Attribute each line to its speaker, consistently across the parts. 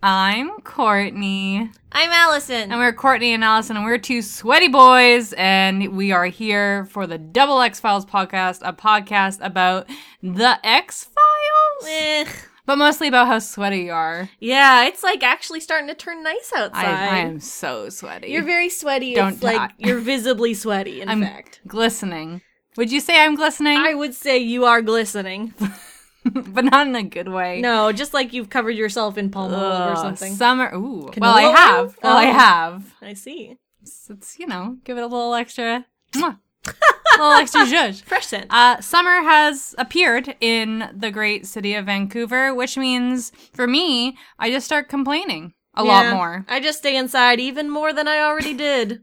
Speaker 1: I'm Courtney,
Speaker 2: I'm Allison.
Speaker 1: and we're Courtney and Allison, and we're two sweaty boys, and we are here for the Double X Files podcast, a podcast about the X Files,
Speaker 2: Eh,
Speaker 1: but mostly about how sweaty you are.
Speaker 2: yeah, it's like actually starting to turn nice outside.
Speaker 1: I, I am so sweaty.
Speaker 2: You're very sweaty.
Speaker 1: Don't
Speaker 2: it's like
Speaker 1: die.
Speaker 2: you're visibly sweaty. In
Speaker 1: I'm
Speaker 2: fact,
Speaker 1: glistening. Would you say I'm glistening?
Speaker 2: I would say you are glistening.
Speaker 1: but not in a good way.
Speaker 2: No, just like you've covered yourself in palm oil or
Speaker 1: Ugh,
Speaker 2: something.
Speaker 1: Summer. Ooh. Well, I
Speaker 2: oil?
Speaker 1: have. Well, I
Speaker 2: Oh.
Speaker 1: have.
Speaker 2: I see.
Speaker 1: It's, it's, you know, give it a little extra. Mwah. a little extra zhuzh.
Speaker 2: Fresh scent.
Speaker 1: Uh, summer has appeared in the great city of Vancouver, which means for me, I just start complaining a lot
Speaker 2: Yeah,
Speaker 1: more.
Speaker 2: I just stay inside even more than I already did.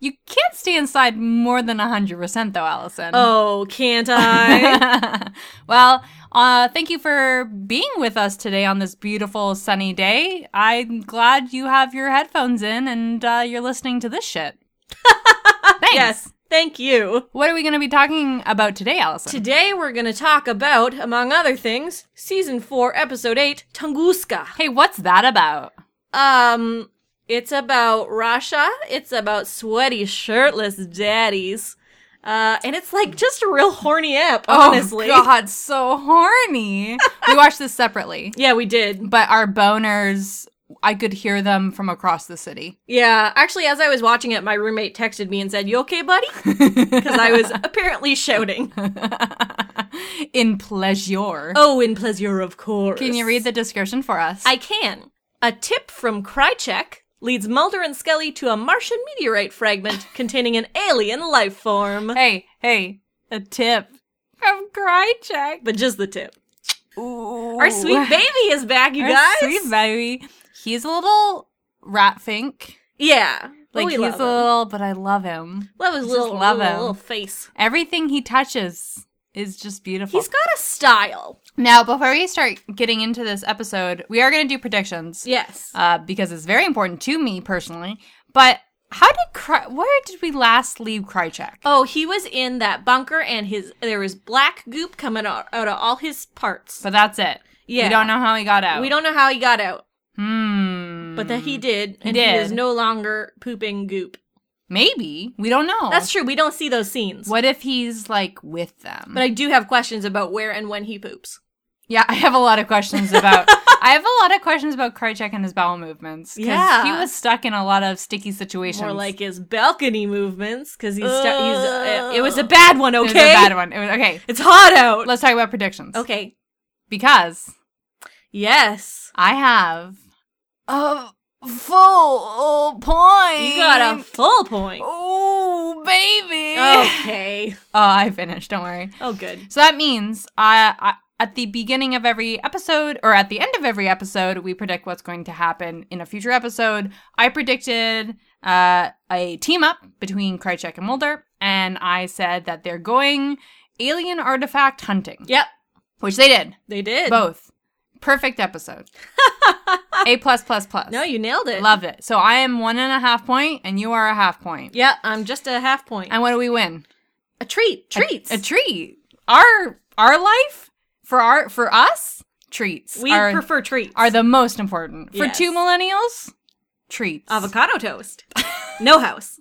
Speaker 1: You can't stay inside more than 100%, though, Allison.
Speaker 2: oh, can't I?
Speaker 1: well, uh, thank you for being with us today on this beautiful sunny day. I'm glad you have your headphones in and uh, you're listening to this shit. Thanks.
Speaker 2: yes. Thank you.
Speaker 1: What are we going to be talking about today, Allison?
Speaker 2: Today we're going to talk about, among other things, season 4, episode 8, Tunguska.
Speaker 1: hey, what's that about?
Speaker 2: Um, it's about Russia. It's about sweaty, shirtless daddies. Uh, and it's like just a real horny app, honestly.
Speaker 1: Oh god, so horny. we watched this separately.
Speaker 2: Yeah, we did.
Speaker 1: But our boners, I could hear them from across the city.
Speaker 2: Yeah, actually, as I was watching it, my roommate texted me and said, "You okay, buddy?" Because I was apparently shouting.
Speaker 1: In pleasure.
Speaker 2: Oh, in pleasure, of course.
Speaker 1: Can you read the description for us?
Speaker 2: I can. A tip from Krychek leads Mulder and Skelly to a Martian meteorite fragment containing an alien life form,
Speaker 1: Hey, hey, a tip from Krychek.
Speaker 2: but just the tip.
Speaker 1: Ooh.
Speaker 2: Our sweet baby is back, you
Speaker 1: Our
Speaker 2: guys.
Speaker 1: sweet baby. He's a little rat fink.
Speaker 2: Yeah.
Speaker 1: Like
Speaker 2: Oh, we
Speaker 1: he's
Speaker 2: love
Speaker 1: a
Speaker 2: him.
Speaker 1: little, but I love him.
Speaker 2: Love his
Speaker 1: just
Speaker 2: little,
Speaker 1: love
Speaker 2: little,
Speaker 1: him.
Speaker 2: little face.
Speaker 1: Everything he touches is just beautiful.
Speaker 2: He's got a style.
Speaker 1: Now, before we start getting into this episode, we are going to do predictions.
Speaker 2: Yes.
Speaker 1: Uh, because it's very important to me personally. But how did Kry- where did we last leave Krychek?
Speaker 2: oh, he was in that bunker, and his there was black goop coming out, out of all his parts.
Speaker 1: So that's it.
Speaker 2: Yeah.
Speaker 1: We don't know how he got out.
Speaker 2: We don't know how he got out,
Speaker 1: Hmm.
Speaker 2: but that Mm. he did, and
Speaker 1: did.
Speaker 2: is no longer pooping goop.
Speaker 1: Maybe we don't know.
Speaker 2: That's true. We don't see those scenes.
Speaker 1: What if he's like with them?
Speaker 2: But I do have questions about where and when he poops.
Speaker 1: yeah, I have a lot of questions about. I have a lot of questions about Krychek and his bowel movements. 'cause
Speaker 2: Yeah.
Speaker 1: he was stuck in a lot of sticky situations.
Speaker 2: More like his balcony movements, because he's, stu- he's uh,
Speaker 1: Ugh.
Speaker 2: it was a bad one.
Speaker 1: it was
Speaker 2: Okay,
Speaker 1: a bad one. It was, okay,
Speaker 2: it's hot out.
Speaker 1: let's talk about predictions.
Speaker 2: Okay.
Speaker 1: because
Speaker 2: Yes.
Speaker 1: I have a full point.
Speaker 2: You got a full point.
Speaker 1: oh baby.
Speaker 2: Okay.
Speaker 1: Oh, I finished. Don't worry.
Speaker 2: Oh, good.
Speaker 1: So that means I, I at the beginning of every episode or at the end of every episode, we predict what's going to happen in a future episode. I predicted uh, a team up between Krychek and Mulder, and I said that they're going alien artifact hunting,
Speaker 2: Yep,
Speaker 1: which they did.
Speaker 2: they did.
Speaker 1: Both. Perfect episode. a plus plus plus.
Speaker 2: No, you nailed it.
Speaker 1: Loved it. So I am one and a half point, and you are a half point.
Speaker 2: Yeah, I'm just a half point.
Speaker 1: And what do we win?
Speaker 2: a treat, treats.
Speaker 1: A treat. Our our life for our for us treats.
Speaker 2: we
Speaker 1: are,
Speaker 2: prefer treats.
Speaker 1: are the most important for
Speaker 2: Yes.
Speaker 1: two millennials. Treats.
Speaker 2: avocado toast? no house.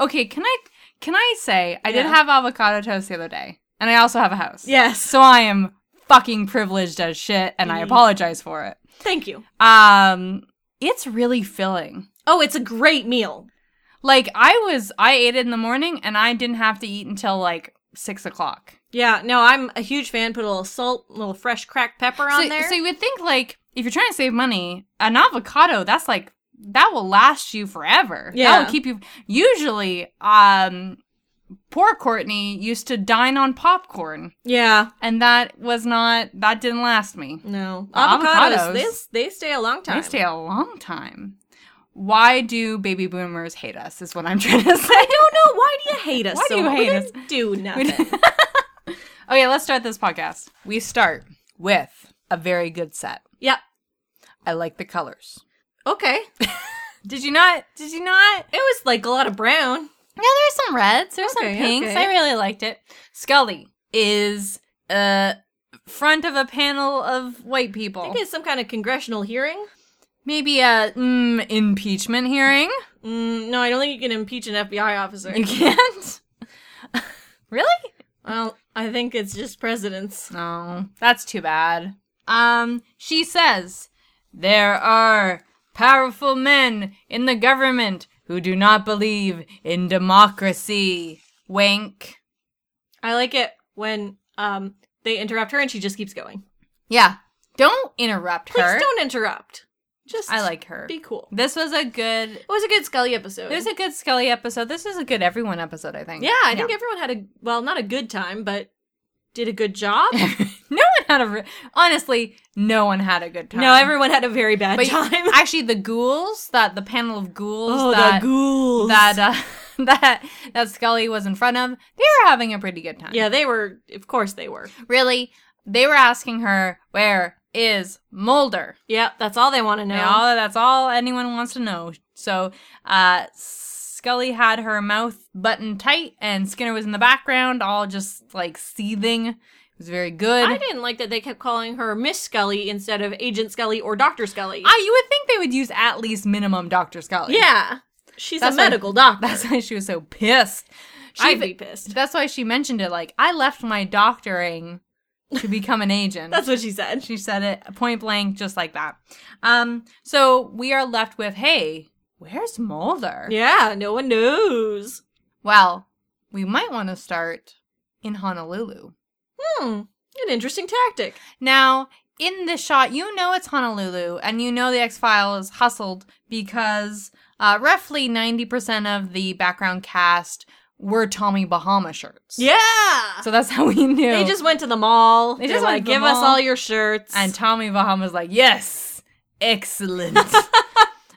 Speaker 1: okay, can I can I say I did
Speaker 2: Yeah.
Speaker 1: have avocado toast the other day, and I also have a house.
Speaker 2: Yes. Mm-hmm.
Speaker 1: So I am fucking privileged as shit, and I apologize for it.
Speaker 2: Thank you.
Speaker 1: Um, it's really filling.
Speaker 2: Oh, it's a great meal.
Speaker 1: Like I was, I ate it in the morning, and I didn't have to eat until like six o'clock.
Speaker 2: Yeah, no, I'm a huge fan. Put a little salt, a little fresh cracked pepper on
Speaker 1: so,
Speaker 2: there.
Speaker 1: so you would think like if you're trying to save money, an avocado that's like that will last you forever. That
Speaker 2: Yeah.
Speaker 1: will keep you. Usually, um, poor Courtney used to dine on popcorn,
Speaker 2: Yeah.
Speaker 1: and that was not that didn't last me.
Speaker 2: No.
Speaker 1: Well,
Speaker 2: Avocados,
Speaker 1: avocados.
Speaker 2: They, they stay a long time.
Speaker 1: They stay a long time. Why do baby boomers hate us? Is what I'm trying to say. I don't
Speaker 2: no, why do you hate us?
Speaker 1: Why do you
Speaker 2: so much? We
Speaker 1: hate us?
Speaker 2: didn't Do nothing.
Speaker 1: okay, let's start this podcast. We start with a very good set.
Speaker 2: yeah.
Speaker 1: I like the colors.
Speaker 2: Okay. It
Speaker 1: Did you not? Did you not?
Speaker 2: was like a lot of brown.
Speaker 1: Yeah, there's some reds. There's
Speaker 2: Okay,
Speaker 1: some pinks.
Speaker 2: okay.
Speaker 1: I really liked it. Scully is uh front of a panel of white people.
Speaker 2: I think it's some kind of congressional hearing.
Speaker 1: Maybe a mm, impeachment hearing.
Speaker 2: Mm, no, I don't think you can impeach an FBI officer.
Speaker 1: You can't. really?
Speaker 2: Well, I think it's just presidents.
Speaker 1: No, that's too bad. Um, she says there are powerful men in the government who do not believe in democracy. Wink.
Speaker 2: I like it when um they interrupt her and she just keeps going.
Speaker 1: Yeah. Don't interrupt
Speaker 2: Please
Speaker 1: her.
Speaker 2: don't interrupt. Just
Speaker 1: I like her.
Speaker 2: be cool.
Speaker 1: This was a good.
Speaker 2: It was a good Scully episode.
Speaker 1: It was a good Scully episode. This is a good everyone episode, I think.
Speaker 2: yeah, I think everyone had a well, not a good time, but did a good job.
Speaker 1: no one had a. Re- Honestly, no one had a good time.
Speaker 2: no, everyone had a very bad
Speaker 1: But
Speaker 2: time.
Speaker 1: actually, the ghouls that the panel of ghouls
Speaker 2: oh,
Speaker 1: that
Speaker 2: the ghouls.
Speaker 1: that uh, that that Scully was in front of, they were having a pretty good time.
Speaker 2: yeah, they were. Of course, they were.
Speaker 1: Really, they were asking her where is Mulder.
Speaker 2: Yeah, that's all they want to know.
Speaker 1: Now, all that's all anyone wants to know. So, uh, Scully had her mouth buttoned tight, and Skinner was in the background, all just like seething. It was very good.
Speaker 2: I didn't like that they kept calling her Miss Scully instead of Agent Scully or Doctor Scully.
Speaker 1: Ah, you would think they would use at least minimum Dr. Scully.
Speaker 2: yeah, she's
Speaker 1: That's
Speaker 2: a
Speaker 1: why-
Speaker 2: medical doctor.
Speaker 1: That's why she was so pissed. She,
Speaker 2: I'd be pissed.
Speaker 1: That's why she mentioned it like, I left my doctoring to become an agent.
Speaker 2: That's what she said.
Speaker 1: she said it point blank, just like that. Um, so we are left with, hey, where's Mulder?
Speaker 2: Yeah, no one knows.
Speaker 1: Well, we might want to start in Honolulu.
Speaker 2: Hmm, an interesting tactic.
Speaker 1: Now, in this shot, you know it's Honolulu, and you know the X Files hustled because uh, roughly 90% of the background cast were Tommy Bahama shirts.
Speaker 2: Yeah.
Speaker 1: So that's how we knew.
Speaker 2: they just went to the mall.
Speaker 1: They
Speaker 2: They
Speaker 1: just
Speaker 2: just
Speaker 1: went
Speaker 2: like
Speaker 1: to the
Speaker 2: give us
Speaker 1: mall."
Speaker 2: all your shirts.
Speaker 1: And Tommy Bahama's like, yes, excellent.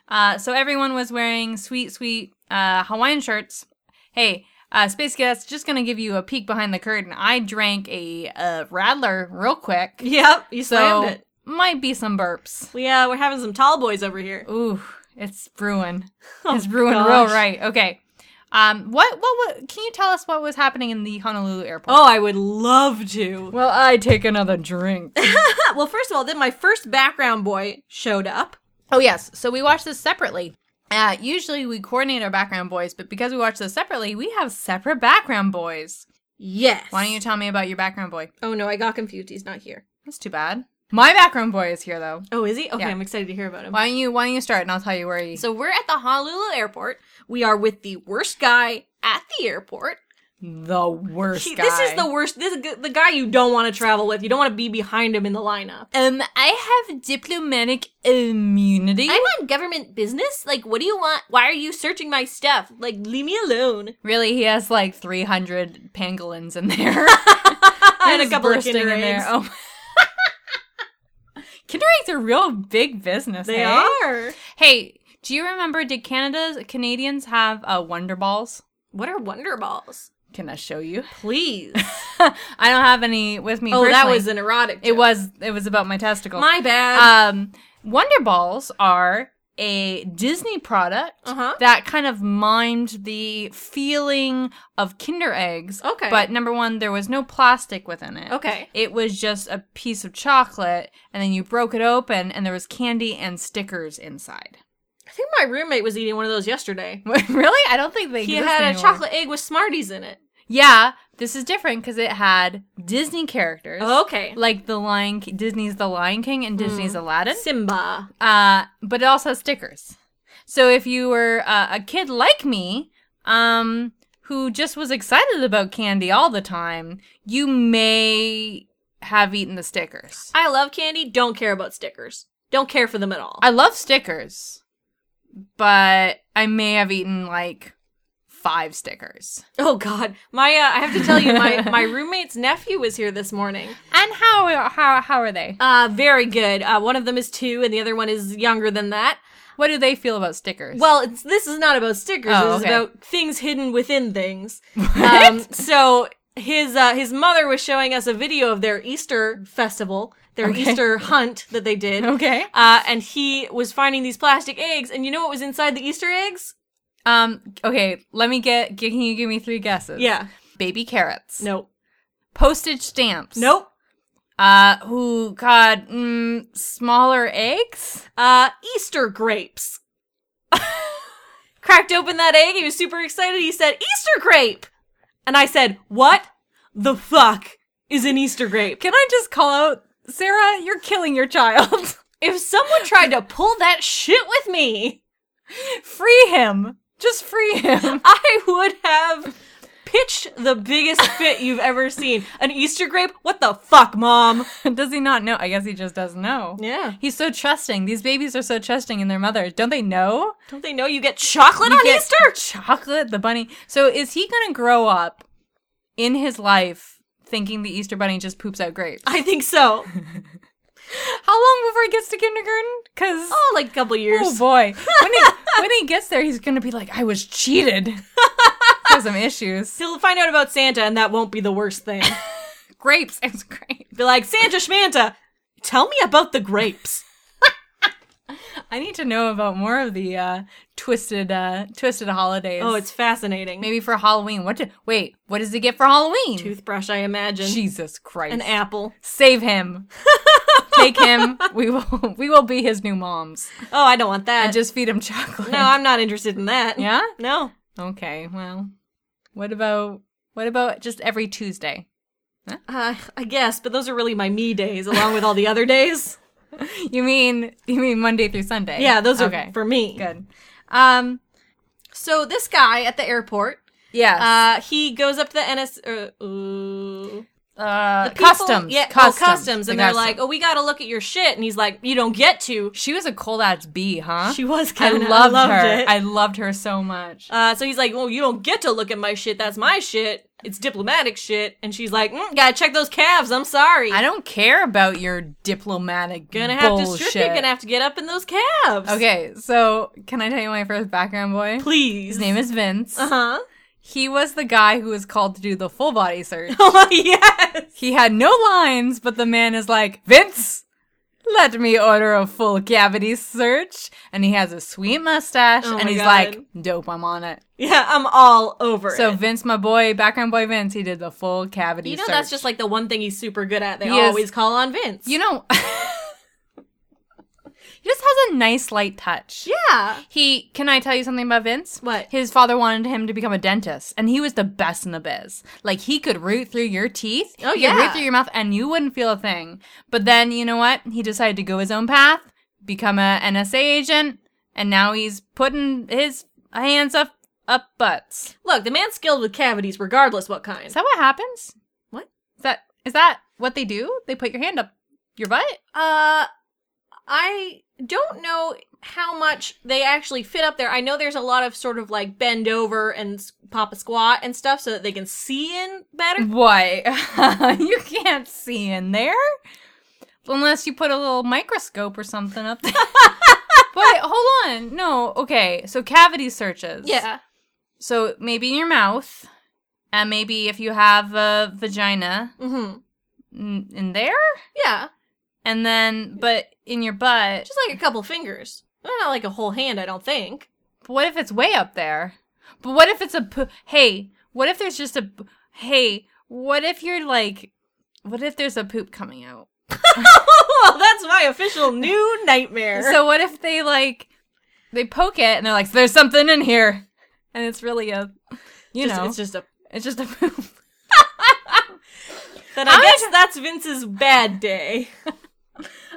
Speaker 1: uh, so everyone was wearing sweet, sweet uh, Hawaiian shirts. Hey, uh, Space Guest, just going to give you a peek behind the curtain. I drank a uh, Rattler real quick.
Speaker 2: yep, you
Speaker 1: So
Speaker 2: slammed it.
Speaker 1: might be some burps.
Speaker 2: We uh, we're having some tall boys over here.
Speaker 1: Ooh, it's brewing. It's
Speaker 2: Oh,
Speaker 1: brewing
Speaker 2: gosh.
Speaker 1: real right. Okay. Um, what, what, what, can you tell us what was happening in the Honolulu airport?
Speaker 2: Oh, I would love to.
Speaker 1: Well, I take another drink.
Speaker 2: well, first of all, then my first background boy showed up.
Speaker 1: Oh yes, so we watch this separately. Uh, usually we coordinate our background boys, but because we watch this separately, we have separate background boys.
Speaker 2: Yes.
Speaker 1: Why don't you tell me about your background boy?
Speaker 2: oh no, I got confused. He's not here.
Speaker 1: That's too bad. My background boy is here though.
Speaker 2: Oh, is he? Okay,
Speaker 1: Yeah.
Speaker 2: I'm excited to hear about him.
Speaker 1: Why don't you Why don't you start and I'll tell you where he.
Speaker 2: So we're at the Honolulu airport. We are with the worst guy at the airport.
Speaker 1: the worst
Speaker 2: He- this is the worst. This is the guy you don't want to travel with. You don't want to be behind him in the lineup.
Speaker 1: um. I have diplomatic immunity.
Speaker 2: I'm on government business. Like, what do you want? Why are you searching my stuff? Like, leave me alone.
Speaker 1: really, he has like 300 pangolins in there.
Speaker 2: And
Speaker 1: They're
Speaker 2: a
Speaker 1: just
Speaker 2: couple of
Speaker 1: bursting
Speaker 2: Kinder
Speaker 1: in there.
Speaker 2: Eggs.
Speaker 1: Oh. Kinder eggs are real big business.
Speaker 2: They
Speaker 1: eh?
Speaker 2: are.
Speaker 1: Hey, do you remember? Did Canada's Canadians have uh, Wonder Balls?
Speaker 2: What are Wonder Balls?
Speaker 1: Can I show you?
Speaker 2: Please.
Speaker 1: I don't have any with me.
Speaker 2: oh, that
Speaker 1: personally.
Speaker 2: was an erotic.
Speaker 1: It
Speaker 2: joke.
Speaker 1: was. It was about my testicles.
Speaker 2: my bad.
Speaker 1: um, Wonder Balls are a Disney product
Speaker 2: Uh-huh.
Speaker 1: that kind of mimed the feeling of Kinder eggs.
Speaker 2: Okay.
Speaker 1: But number one, there was no plastic within it.
Speaker 2: Okay.
Speaker 1: It was just a piece of chocolate, and then you broke it open, and there was candy and stickers inside.
Speaker 2: I think my roommate was eating one of those yesterday.
Speaker 1: really? I don't think they.
Speaker 2: He
Speaker 1: exist
Speaker 2: had a
Speaker 1: anymore.
Speaker 2: chocolate egg with Smarties in it.
Speaker 1: Yeah, this is different because it had Disney characters.
Speaker 2: Oh, Okay. Hmm.
Speaker 1: Like the Lion, Ki- Disney's The Lion King and Disney's Aladdin.
Speaker 2: Simba.
Speaker 1: Uh, but it also has stickers. So if you were uh, a kid like me, um, who just was excited about candy all the time, you may have eaten the stickers.
Speaker 2: I love candy. Don't care about stickers. Don't care for them at all.
Speaker 1: I love stickers, but I may have eaten like five stickers.
Speaker 2: Oh God, my uh, I have to tell you, my my roommate's nephew was here this morning.
Speaker 1: And how how how are they?
Speaker 2: Uh, very good. Uh, one of them is two, and the other one is younger than that.
Speaker 1: What do they feel about stickers?
Speaker 2: Well, it's, this is not about stickers.
Speaker 1: Oh,
Speaker 2: It's
Speaker 1: okay.
Speaker 2: about things hidden within things. Um, so his uh, his mother was showing us a video of their Easter festival, their Easter hunt that they did.
Speaker 1: Okay.
Speaker 2: Uh, and he was finding these plastic eggs, and you know what was inside the Easter eggs?
Speaker 1: um, okay, let me get. Can you give me three guesses?
Speaker 2: Yeah.
Speaker 1: baby carrots.
Speaker 2: Nope.
Speaker 1: postage stamps.
Speaker 2: Nope.
Speaker 1: Uh, who? God, mm, smaller eggs.
Speaker 2: Uh, Easter grapes. Cracked open that egg. He was super excited. He said, "Easter grape," and I said, "What the fuck is an Easter grape?"
Speaker 1: Can I just call out Sarah? You're killing your child.
Speaker 2: If someone tried to pull that shit with me,
Speaker 1: free him. Just free him.
Speaker 2: I would have pitched the biggest fit you've ever seen. An Easter grape? What the fuck, mom?
Speaker 1: Does he not know? I guess he just doesn't know.
Speaker 2: Yeah.
Speaker 1: He's so trusting. These babies are so trusting in their mother. Don't they know?
Speaker 2: Don't they know you get chocolate on
Speaker 1: get
Speaker 2: Easter?
Speaker 1: Chocolate, the bunny. So is he going to grow up in his life thinking the Easter bunny just poops out grapes?
Speaker 2: I think so.
Speaker 1: How long before he gets to kindergarten? Because
Speaker 2: Oh, like a couple years.
Speaker 1: Oh boy. When he, when he gets there, he's going to be like, I was cheated. There's some issues.
Speaker 2: He'll find out about Santa, and that won't be the worst thing.
Speaker 1: Grapes. It's great.
Speaker 2: Be like, Santa Schmanta, tell me about the grapes.
Speaker 1: I need to know about more of the uh, twisted uh, twisted holidays.
Speaker 2: Oh, it's fascinating.
Speaker 1: maybe for Halloween. What? Do, wait, what does he get for Halloween?
Speaker 2: Toothbrush, I imagine.
Speaker 1: Jesus Christ!
Speaker 2: An apple.
Speaker 1: Save him. Take him. We will. We will be his new moms
Speaker 2: Oh, I don't want that.
Speaker 1: and just feed him chocolate.
Speaker 2: no, I'm not interested in that.
Speaker 1: yeah.
Speaker 2: No.
Speaker 1: Okay. Well, what about what about just every Tuesday?
Speaker 2: Uh, I guess, but those are really my me days, along with all the other days.
Speaker 1: You mean you mean Monday through Sunday?
Speaker 2: Yeah, those are
Speaker 1: okay.
Speaker 2: for me.
Speaker 1: good. Um.
Speaker 2: So this guy at the airport,
Speaker 1: Yeah.
Speaker 2: uh, he goes up to the NS uh, ooh.
Speaker 1: Uh,
Speaker 2: People-
Speaker 1: customs.
Speaker 2: yeah, oh,
Speaker 1: customs.
Speaker 2: customs,
Speaker 1: The
Speaker 2: and they're
Speaker 1: custom.
Speaker 2: like, "Oh, we got to look at your shit," and he's like, "You don't get to."
Speaker 1: She was a cold ass bee, huh?
Speaker 2: She was
Speaker 1: I
Speaker 2: kind
Speaker 1: loved,
Speaker 2: of loved,
Speaker 1: her.
Speaker 2: it.
Speaker 1: I loved her so much.
Speaker 2: uh, so he's like, "Well, you don't get to look at my shit. That's my shit. It's diplomatic shit." And she's like, mm, "Gotta check those calves. I'm sorry.
Speaker 1: I don't care about your diplomatic
Speaker 2: gonna have to
Speaker 1: bullshit.
Speaker 2: strip you. Gonna have to get up in those calves."
Speaker 1: okay, so can I tell you my first background boy?
Speaker 2: please.
Speaker 1: His name is Vince.
Speaker 2: Uh huh.
Speaker 1: He was the guy who was called to do the full body search.
Speaker 2: Oh yes.
Speaker 1: he had no lines, but the man is like, Vince, let me order a full cavity search. And he has a sweet mustache,
Speaker 2: Oh
Speaker 1: and
Speaker 2: my
Speaker 1: he's
Speaker 2: God.
Speaker 1: like, dope, I'm on it.
Speaker 2: Yeah, I'm all over
Speaker 1: So
Speaker 2: it.
Speaker 1: Vince, my boy, background boy Vince, he did the full cavity.
Speaker 2: You know
Speaker 1: search.
Speaker 2: that's just like the one thing he's super good at. They
Speaker 1: He is-
Speaker 2: always call on Vince.
Speaker 1: you know. he just has a nice light touch.
Speaker 2: yeah.
Speaker 1: He can I tell you something about Vince?
Speaker 2: What?
Speaker 1: His father wanted him to become a dentist, and he was the best in the biz. Like he could root through your teeth.
Speaker 2: Oh,
Speaker 1: he could root
Speaker 2: yeah.
Speaker 1: through your mouth, and you wouldn't feel a thing. But then you know what? He decided to go his own path, become a NSA agent, and now he's putting his hands up up butts.
Speaker 2: Look, the man's skilled with cavities, regardless what kind.
Speaker 1: Is that what happens?
Speaker 2: What?
Speaker 1: Is that is that what they do? They put your hand up your butt?
Speaker 2: Uh, I don't know how much they actually fit up there. I know there's a lot of sort of like bend over and s- pop a squat and stuff so that they can see in better.
Speaker 1: Why? you can't see in there. Unless you put a little microscope or something up there. but hold on. No, okay. So cavity searches.
Speaker 2: Yeah.
Speaker 1: So maybe in your mouth. And maybe if you have a vagina
Speaker 2: Mm-hmm.
Speaker 1: n- in there.
Speaker 2: Yeah.
Speaker 1: And then, but in your butt.
Speaker 2: Just like a couple fingers. Not like a whole hand, I don't think.
Speaker 1: But what if it's way up there? But what if it's a p- hey? What if there's just a p- hey? What if you're like, what if there's a poop coming out?
Speaker 2: well, Oh, that's my official new nightmare.
Speaker 1: So what if they like they poke it and they're like, "There's something in here," and it's really a, you
Speaker 2: Just-
Speaker 1: know,
Speaker 2: it's just a.
Speaker 1: it's just a poop.
Speaker 2: Then I guess that's Vince's bad day.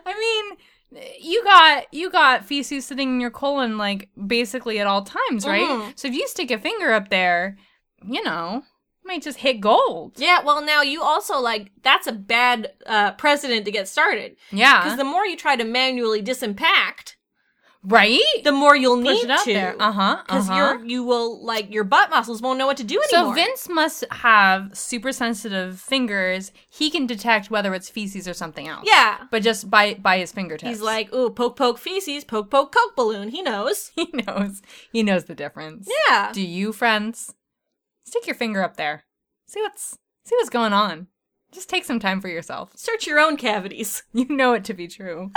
Speaker 1: I mean, you got you got feces sitting in your colon like basically at all times, right?
Speaker 2: Mhm.
Speaker 1: So if you stick a finger up there, you know, it might just hit gold.
Speaker 2: Yeah, well, now you also like that's a bad uh, precedent to get started
Speaker 1: Yeah.
Speaker 2: because the more you try to manually disimpact,
Speaker 1: right?
Speaker 2: the more you'll need
Speaker 1: Push it out
Speaker 2: to. Uh-huh,
Speaker 1: there. Uh huh.
Speaker 2: Because your you will like your butt muscles won't know what to do
Speaker 1: So
Speaker 2: anymore.
Speaker 1: Vince must have super sensitive fingers. He can detect whether it's feces or something else.
Speaker 2: yeah,
Speaker 1: But just by by his fingertips.
Speaker 2: he's like, ooh, poke, poke, feces, poke, poke, coke balloon. He knows.
Speaker 1: he knows. He knows the difference.
Speaker 2: Yeah,
Speaker 1: Do you, friends? Stick your finger up there. See what's see what's going on. Just take some time for yourself.
Speaker 2: search your own cavities.
Speaker 1: You know it to be true.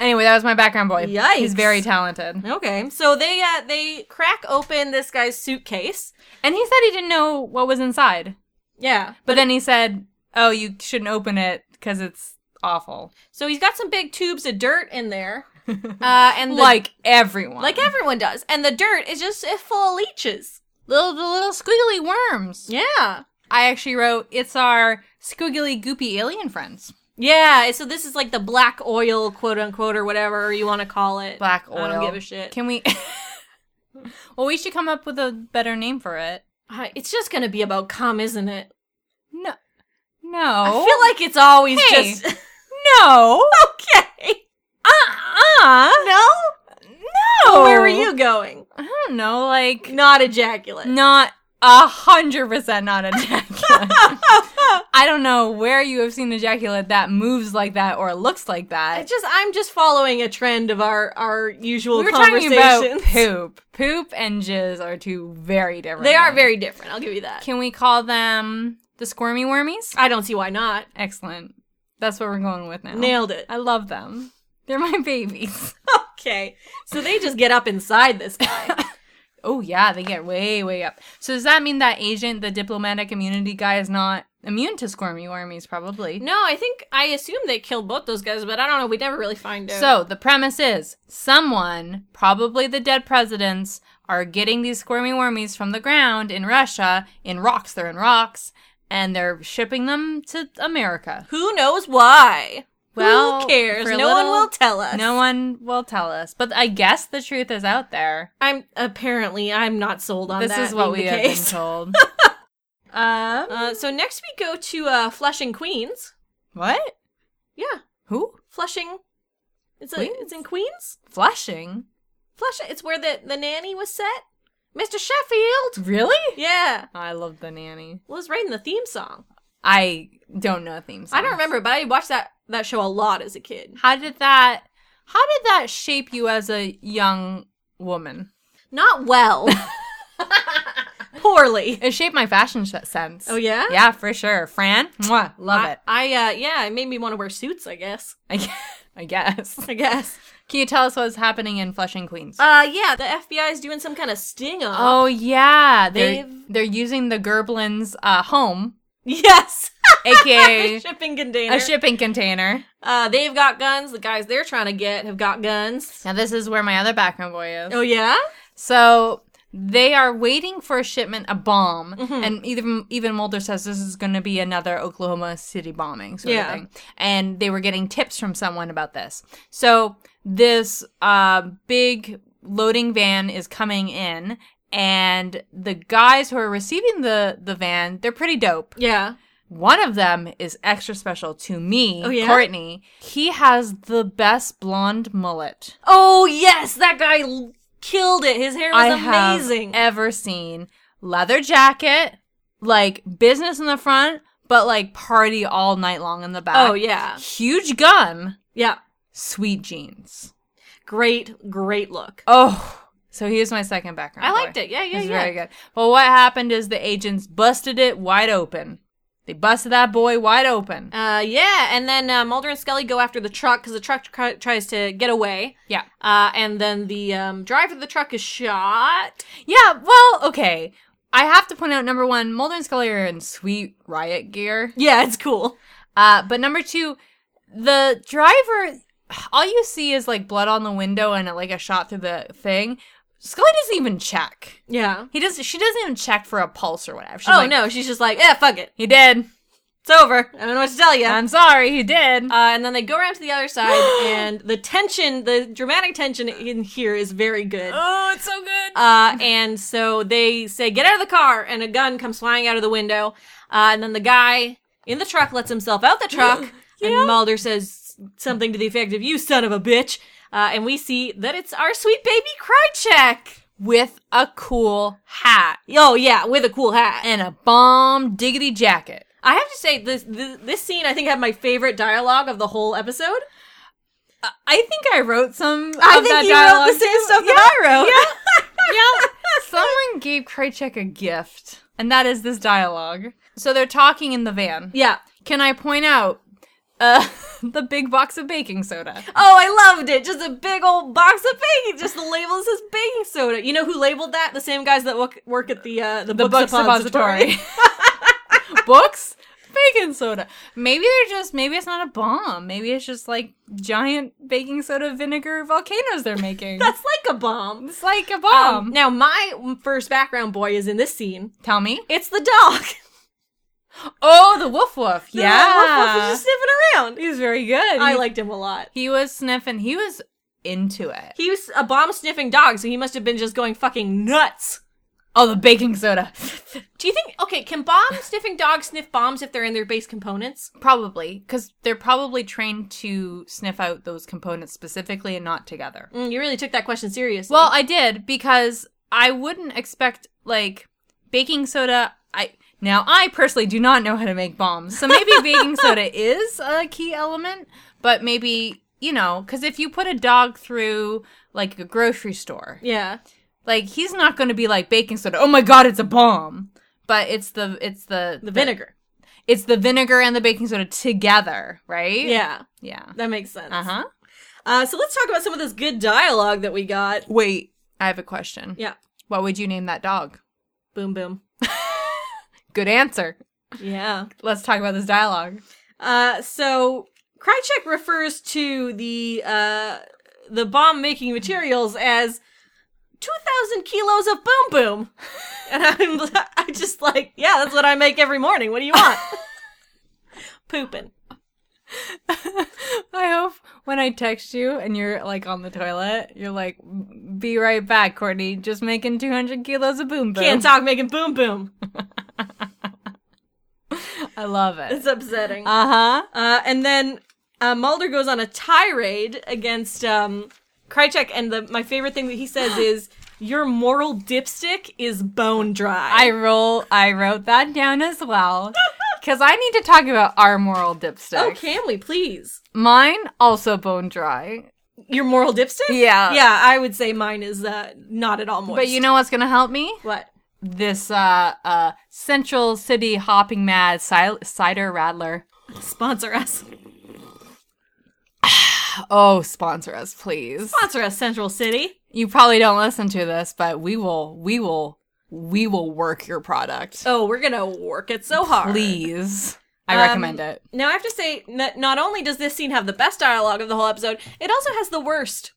Speaker 1: anyway, that was my background boy. He's
Speaker 2: Yikes.
Speaker 1: very talented.
Speaker 2: Okay, so they uh, they crack open this guy's suitcase.
Speaker 1: And he said he didn't know what was inside.
Speaker 2: Yeah,
Speaker 1: But then he said, "Oh, you shouldn't open it because it's awful."
Speaker 2: so he's got some big tubes of dirt in there, uh, and the,
Speaker 1: like everyone,
Speaker 2: like everyone does, and the dirt is just uh, full of leeches.
Speaker 1: little the little squiggly worms.
Speaker 2: Yeah,
Speaker 1: I actually wrote, "It's our squiggly goopy alien friends."
Speaker 2: yeah. So this is like the black oil, quote unquote, or whatever you want to call it.
Speaker 1: Black oil.
Speaker 2: I don't give a shit.
Speaker 1: Can we? well, we should come up with a better name for it.
Speaker 2: Uh, it's just gonna be about cum, isn't it?
Speaker 1: No, no,
Speaker 2: I feel like it's always
Speaker 1: Oh, Hey.
Speaker 2: just
Speaker 1: no,
Speaker 2: okay.
Speaker 1: uh-uh.
Speaker 2: No,
Speaker 1: no.
Speaker 2: where were you going?
Speaker 1: I don't know. Like
Speaker 2: Not ejaculate.
Speaker 1: not a hundred percent not ejaculate. I don't know where you have seen ejaculate that moves like that or looks like
Speaker 2: I
Speaker 1: that.
Speaker 2: just I'm just following a trend of our our usual
Speaker 1: We were talking
Speaker 2: conversations.
Speaker 1: about poop. Poop and jizz are two very different.
Speaker 2: they are
Speaker 1: things.
Speaker 2: very different. I'll give you that.
Speaker 1: Can we call them the squirmy wormies?
Speaker 2: I don't see why not.
Speaker 1: Excellent. That's what we're going with now.
Speaker 2: Nailed it.
Speaker 1: Oh, I love them. They're my babies.
Speaker 2: Okay, so they just get up inside this guy.
Speaker 1: Oh yeah, they get way way up. So does that mean that agent, the diplomatic immunity guy, is not immune to squirmy wormies? Probably.
Speaker 2: no, I think I assume they killed both those guys, but I don't know. We never really find out.
Speaker 1: So the premise is someone, probably the dead presidents, are getting these squirmy wormies from the ground in Russia, in rocks, they're in rocks, and they're shipping them to America.
Speaker 2: who knows why?
Speaker 1: Well,
Speaker 2: who cares?
Speaker 1: for a
Speaker 2: No one
Speaker 1: little-
Speaker 2: will tell us.
Speaker 1: No one will tell us, but I guess the truth is out there.
Speaker 2: I'm apparently I'm not sold on
Speaker 1: This
Speaker 2: that.
Speaker 1: is what we
Speaker 2: being the
Speaker 1: have been
Speaker 2: case.
Speaker 1: told.
Speaker 2: Um, uh, so next we go to uh, Flushing, Queens.
Speaker 1: what?
Speaker 2: Yeah,
Speaker 1: Who?
Speaker 2: Flushing. It's a,
Speaker 1: Queens?
Speaker 2: it's in Queens.
Speaker 1: Flushing?
Speaker 2: Flushing. It's where the the nanny was set. Mr. Sheffield.
Speaker 1: Really?
Speaker 2: Yeah,
Speaker 1: I love the nanny.
Speaker 2: was writing the theme song.
Speaker 1: I don't know themes.
Speaker 2: I don't remember, but I watched that that show a lot as a kid.
Speaker 1: How did that? How did that shape you as a young woman?
Speaker 2: Not well. Poorly.
Speaker 1: It shaped my fashion sh- sense.
Speaker 2: Oh yeah.
Speaker 1: Yeah, for sure. Fran, mwah, love
Speaker 2: I,
Speaker 1: it.
Speaker 2: I uh yeah, it made me want to wear suits. I guess.
Speaker 1: I guess. I guess.
Speaker 2: I guess.
Speaker 1: Can you tell us what's happening in Flushing, Queens?
Speaker 2: Uh yeah, the FBI is doing some kind of sting on.
Speaker 1: oh yeah, they
Speaker 2: they've-
Speaker 1: they're using the Gerblins' uh, home,
Speaker 2: yes.
Speaker 1: aka
Speaker 2: shipping container.
Speaker 1: a shipping container.
Speaker 2: Uh, they've got guns. The guys they're trying to get have got guns.
Speaker 1: Now this is where my other background boy is.
Speaker 2: Oh yeah,
Speaker 1: So they are waiting for a shipment, a bomb,
Speaker 2: Mm-hmm.
Speaker 1: and even even Mulder says this is going to be another Oklahoma City bombing sort
Speaker 2: Yeah.
Speaker 1: of thing. And they were getting tips from someone about this. So this uh, big loading van is coming in, and the guys who are receiving the the van, they're pretty dope.
Speaker 2: yeah.
Speaker 1: One of them is extra special to me,
Speaker 2: Oh, yeah?
Speaker 1: Courtney. He has the best blonde mullet.
Speaker 2: Oh yes, that guy l- killed it. His hair was
Speaker 1: I
Speaker 2: amazing.
Speaker 1: have ever seen. Leather jacket, like business in the front, but like party all night long in the back.
Speaker 2: oh yeah,
Speaker 1: Huge gun,
Speaker 2: yeah.
Speaker 1: sweet jeans.
Speaker 2: Great, great look.
Speaker 1: Oh, so here's my second background.
Speaker 2: I
Speaker 1: boy.
Speaker 2: liked it. Yeah, yeah,
Speaker 1: It's
Speaker 2: yeah.
Speaker 1: very good. Well, what happened is the agents busted it wide open. They busted that boy wide open.
Speaker 2: Uh, yeah, and then uh, Mulder and Scully go after the truck because the truck tr- tries to get away.
Speaker 1: yeah.
Speaker 2: Uh, and then the um, driver of the truck is shot.
Speaker 1: Yeah, well, okay. I have to point out number one, Mulder and Scully are in sweet riot gear.
Speaker 2: Yeah, it's cool.
Speaker 1: Uh, but number two, the driver, all you see is like blood on the window and like a shot through the thing. Scully doesn't even check.
Speaker 2: Yeah.
Speaker 1: He does. She doesn't even check for a pulse or whatever. She's
Speaker 2: oh
Speaker 1: like,
Speaker 2: no, she's just like, yeah, fuck it,
Speaker 1: he did.
Speaker 2: it's over. I don't know what to tell you.
Speaker 1: I'm sorry, he did.
Speaker 2: Uh, and then they go around to the other side, and the tension, the dramatic tension in here is very good.
Speaker 1: oh, it's so good.
Speaker 2: Uh, and so they say, Get out of the car! And a gun comes flying out of the window. Uh, and then the guy in the truck lets himself out the truck, and Mulder says, something to the effect of "You son of a bitch," uh, and we see that it's our sweet baby Krychek.
Speaker 1: with a cool hat
Speaker 2: Oh yeah, with a cool hat.
Speaker 1: and a bomb diggity jacket.
Speaker 2: I have to say this this, this scene I think had my favorite dialogue of the whole episode.
Speaker 1: I think I wrote some.
Speaker 2: I
Speaker 1: of
Speaker 2: think
Speaker 1: that
Speaker 2: you
Speaker 1: dialogue
Speaker 2: wrote the same
Speaker 1: too.
Speaker 2: stuff that I wrote.
Speaker 1: Yeah. yeah. Someone gave Krychek a gift, and that is this dialogue. So they're talking in the van.
Speaker 2: Yeah.
Speaker 1: Can I point out uh, the big box of baking soda?
Speaker 2: Oh, I loved it. Just a big old box of baking. Just the label says baking soda. You know who labeled that? The same guys that work, work at the uh, the,
Speaker 1: The book
Speaker 2: books
Speaker 1: suppository.
Speaker 2: suppository.
Speaker 1: Books? Baking soda. Maybe they're just, maybe it's not a bomb. Maybe it's just like giant baking soda vinegar volcanoes they're making.
Speaker 2: That's like a bomb.
Speaker 1: it's like a bomb.
Speaker 2: Um, now my first background boy is in this scene.
Speaker 1: Tell me.
Speaker 2: It's the dog.
Speaker 1: Oh, the woof woof.
Speaker 2: The
Speaker 1: yeah.
Speaker 2: wolf is just sniffing around.
Speaker 1: He's very good.
Speaker 2: I
Speaker 1: He-
Speaker 2: liked him a lot.
Speaker 1: He was sniffing. He was into it.
Speaker 2: He was a bomb sniffing dog, so he must have been just going fucking nuts.
Speaker 1: Oh, the baking soda.
Speaker 2: Do you think okay, can bomb sniffing dogs sniff bombs if they're in their base components?
Speaker 1: probably, because they're probably trained to sniff out those components specifically and not together.
Speaker 2: Mm, you really took that question seriously.
Speaker 1: Well, I did because I wouldn't expect like baking soda. I now I personally do not know how to make bombs, so maybe baking soda is a key element, but maybe you know because if you put a dog through like a grocery store,
Speaker 2: yeah.
Speaker 1: like he's not going to be like baking soda. Oh my god, it's a bomb! But it's the it's the
Speaker 2: The vinegar.
Speaker 1: it's the vinegar and the baking soda together, right?
Speaker 2: Yeah.
Speaker 1: Yeah.
Speaker 2: That makes sense.
Speaker 1: Uh huh.
Speaker 2: Uh, so let's talk about some of this good dialogue that we got.
Speaker 1: Wait, I have a question.
Speaker 2: Yeah.
Speaker 1: What would you name that dog?
Speaker 2: Boom, boom.
Speaker 1: Good answer.
Speaker 2: Yeah.
Speaker 1: Let's talk about this dialogue.
Speaker 2: Uh, so Krychek refers to the uh, the bomb making materials as two thousand kilos of boom, boom, and I'm I just like yeah, that's what I make every morning. What do you want? Pooping.
Speaker 1: I hope when I text you and you're like on the toilet, you're like, be right back, Courtney. Just making 200 kilos of boom boom.
Speaker 2: Can't talk making boom, boom.
Speaker 1: I love it.
Speaker 2: It's upsetting.
Speaker 1: Uh huh.
Speaker 2: Uh, and then uh, Mulder goes on a tirade against um, Krychek, and the, my favorite thing that he says is, "Your moral dipstick is bone dry."
Speaker 1: I roll. I wrote that down as well because I need to talk about our moral dipstick.
Speaker 2: oh, can we please?
Speaker 1: Mine also bone dry.
Speaker 2: Your moral dipstick?
Speaker 1: Yeah.
Speaker 2: yeah. I would say mine is uh, not at all moist.
Speaker 1: But you know what's gonna help me?
Speaker 2: what?
Speaker 1: This uh uh Central City hopping mad sil- cider rattler.
Speaker 2: Sponsor us.
Speaker 1: Oh, sponsor us, please.
Speaker 2: Sponsor us, Central City.
Speaker 1: You probably don't listen to this, but we will. We will. We will work your product.
Speaker 2: Oh, we're gonna work it so hard.
Speaker 1: Please, I
Speaker 2: Um,
Speaker 1: recommend it.
Speaker 2: Now I have to say that not only does this scene have the best dialogue of the whole episode, it also has the worst.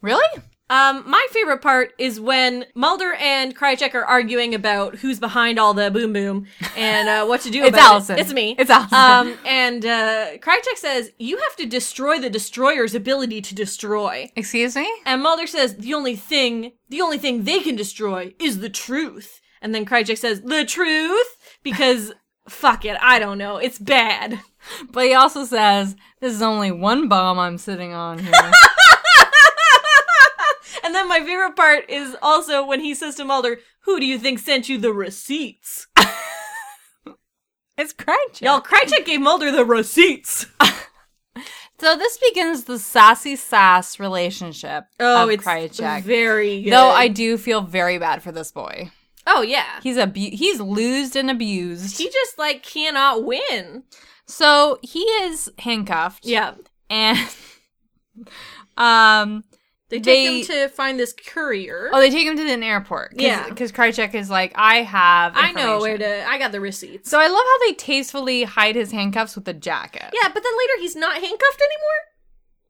Speaker 1: Really?
Speaker 2: Um, my favorite part is when Mulder and Krychek are arguing about who's behind all the boom boom and uh, what to do
Speaker 1: It's
Speaker 2: about
Speaker 1: Allison.
Speaker 2: it. It's me.
Speaker 1: It's Allison.
Speaker 2: Um, and uh, Krychek says, "You have to destroy the destroyer's ability to destroy."
Speaker 1: Excuse me.
Speaker 2: And Mulder says, "The only thing, the only thing they can destroy is the truth." And then Krychek says, "The truth," because fuck it, I don't know. It's bad.
Speaker 1: But he also says, "This is only one bomb I'm sitting on here."
Speaker 2: And then my favorite part is also when he says to Mulder, "Who do you think sent you the receipts?"
Speaker 1: it's Cratchit.
Speaker 2: Y'all, Krychek gave Mulder the receipts.
Speaker 1: So this begins the sassy sass relationship of Krychek.
Speaker 2: very good.
Speaker 1: Though I do feel very bad for this boy.
Speaker 2: oh yeah,
Speaker 1: He's abu- he's losed and abused.
Speaker 2: he just like cannot win.
Speaker 1: so he is handcuffed.
Speaker 2: Yeah,
Speaker 1: And um
Speaker 2: they take
Speaker 1: They-
Speaker 2: him to find this courier.
Speaker 1: oh they take him to an airport. Cause,
Speaker 2: Yeah.
Speaker 1: Because Krychek is like, I have
Speaker 2: I know where
Speaker 1: information."
Speaker 2: to. I got the receipts.
Speaker 1: So I love how they tastefully hide his handcuffs with the jacket.
Speaker 2: yeah, but then later he's not handcuffed anymore.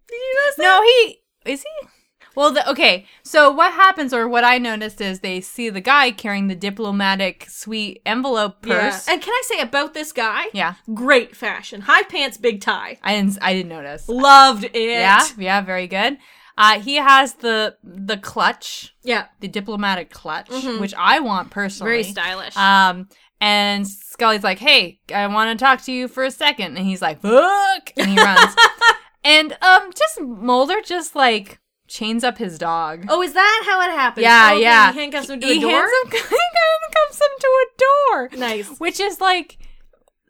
Speaker 2: Did you notice that?
Speaker 1: No, he is he. Well, the, okay. So what happens, or what I noticed, is they see the guy carrying the diplomatic suite envelope purse.
Speaker 2: Yeah. And can I say about this guy?
Speaker 1: Yeah.
Speaker 2: Great fashion, high pants, big tie.
Speaker 1: I didn't. I didn't notice.
Speaker 2: Loved it.
Speaker 1: Yeah, yeah, very good. Uh, he has the the clutch,
Speaker 2: Yeah.
Speaker 1: the diplomatic clutch, which I want personally.
Speaker 2: Mm-hmm. Very stylish.
Speaker 1: Um, and Scully's like, "Hey, I want to talk to you for a second. and he's like, "Fuck!" and he runs. And um, just Mulder just like chains up his dog.
Speaker 2: Oh, is that how it happens?
Speaker 1: yeah,
Speaker 2: Oh, okay,
Speaker 1: yeah.
Speaker 2: He handcuffs him to
Speaker 1: He
Speaker 2: a door.
Speaker 1: hands him- he handcuffs him to a door.
Speaker 2: Nice.
Speaker 1: Which is like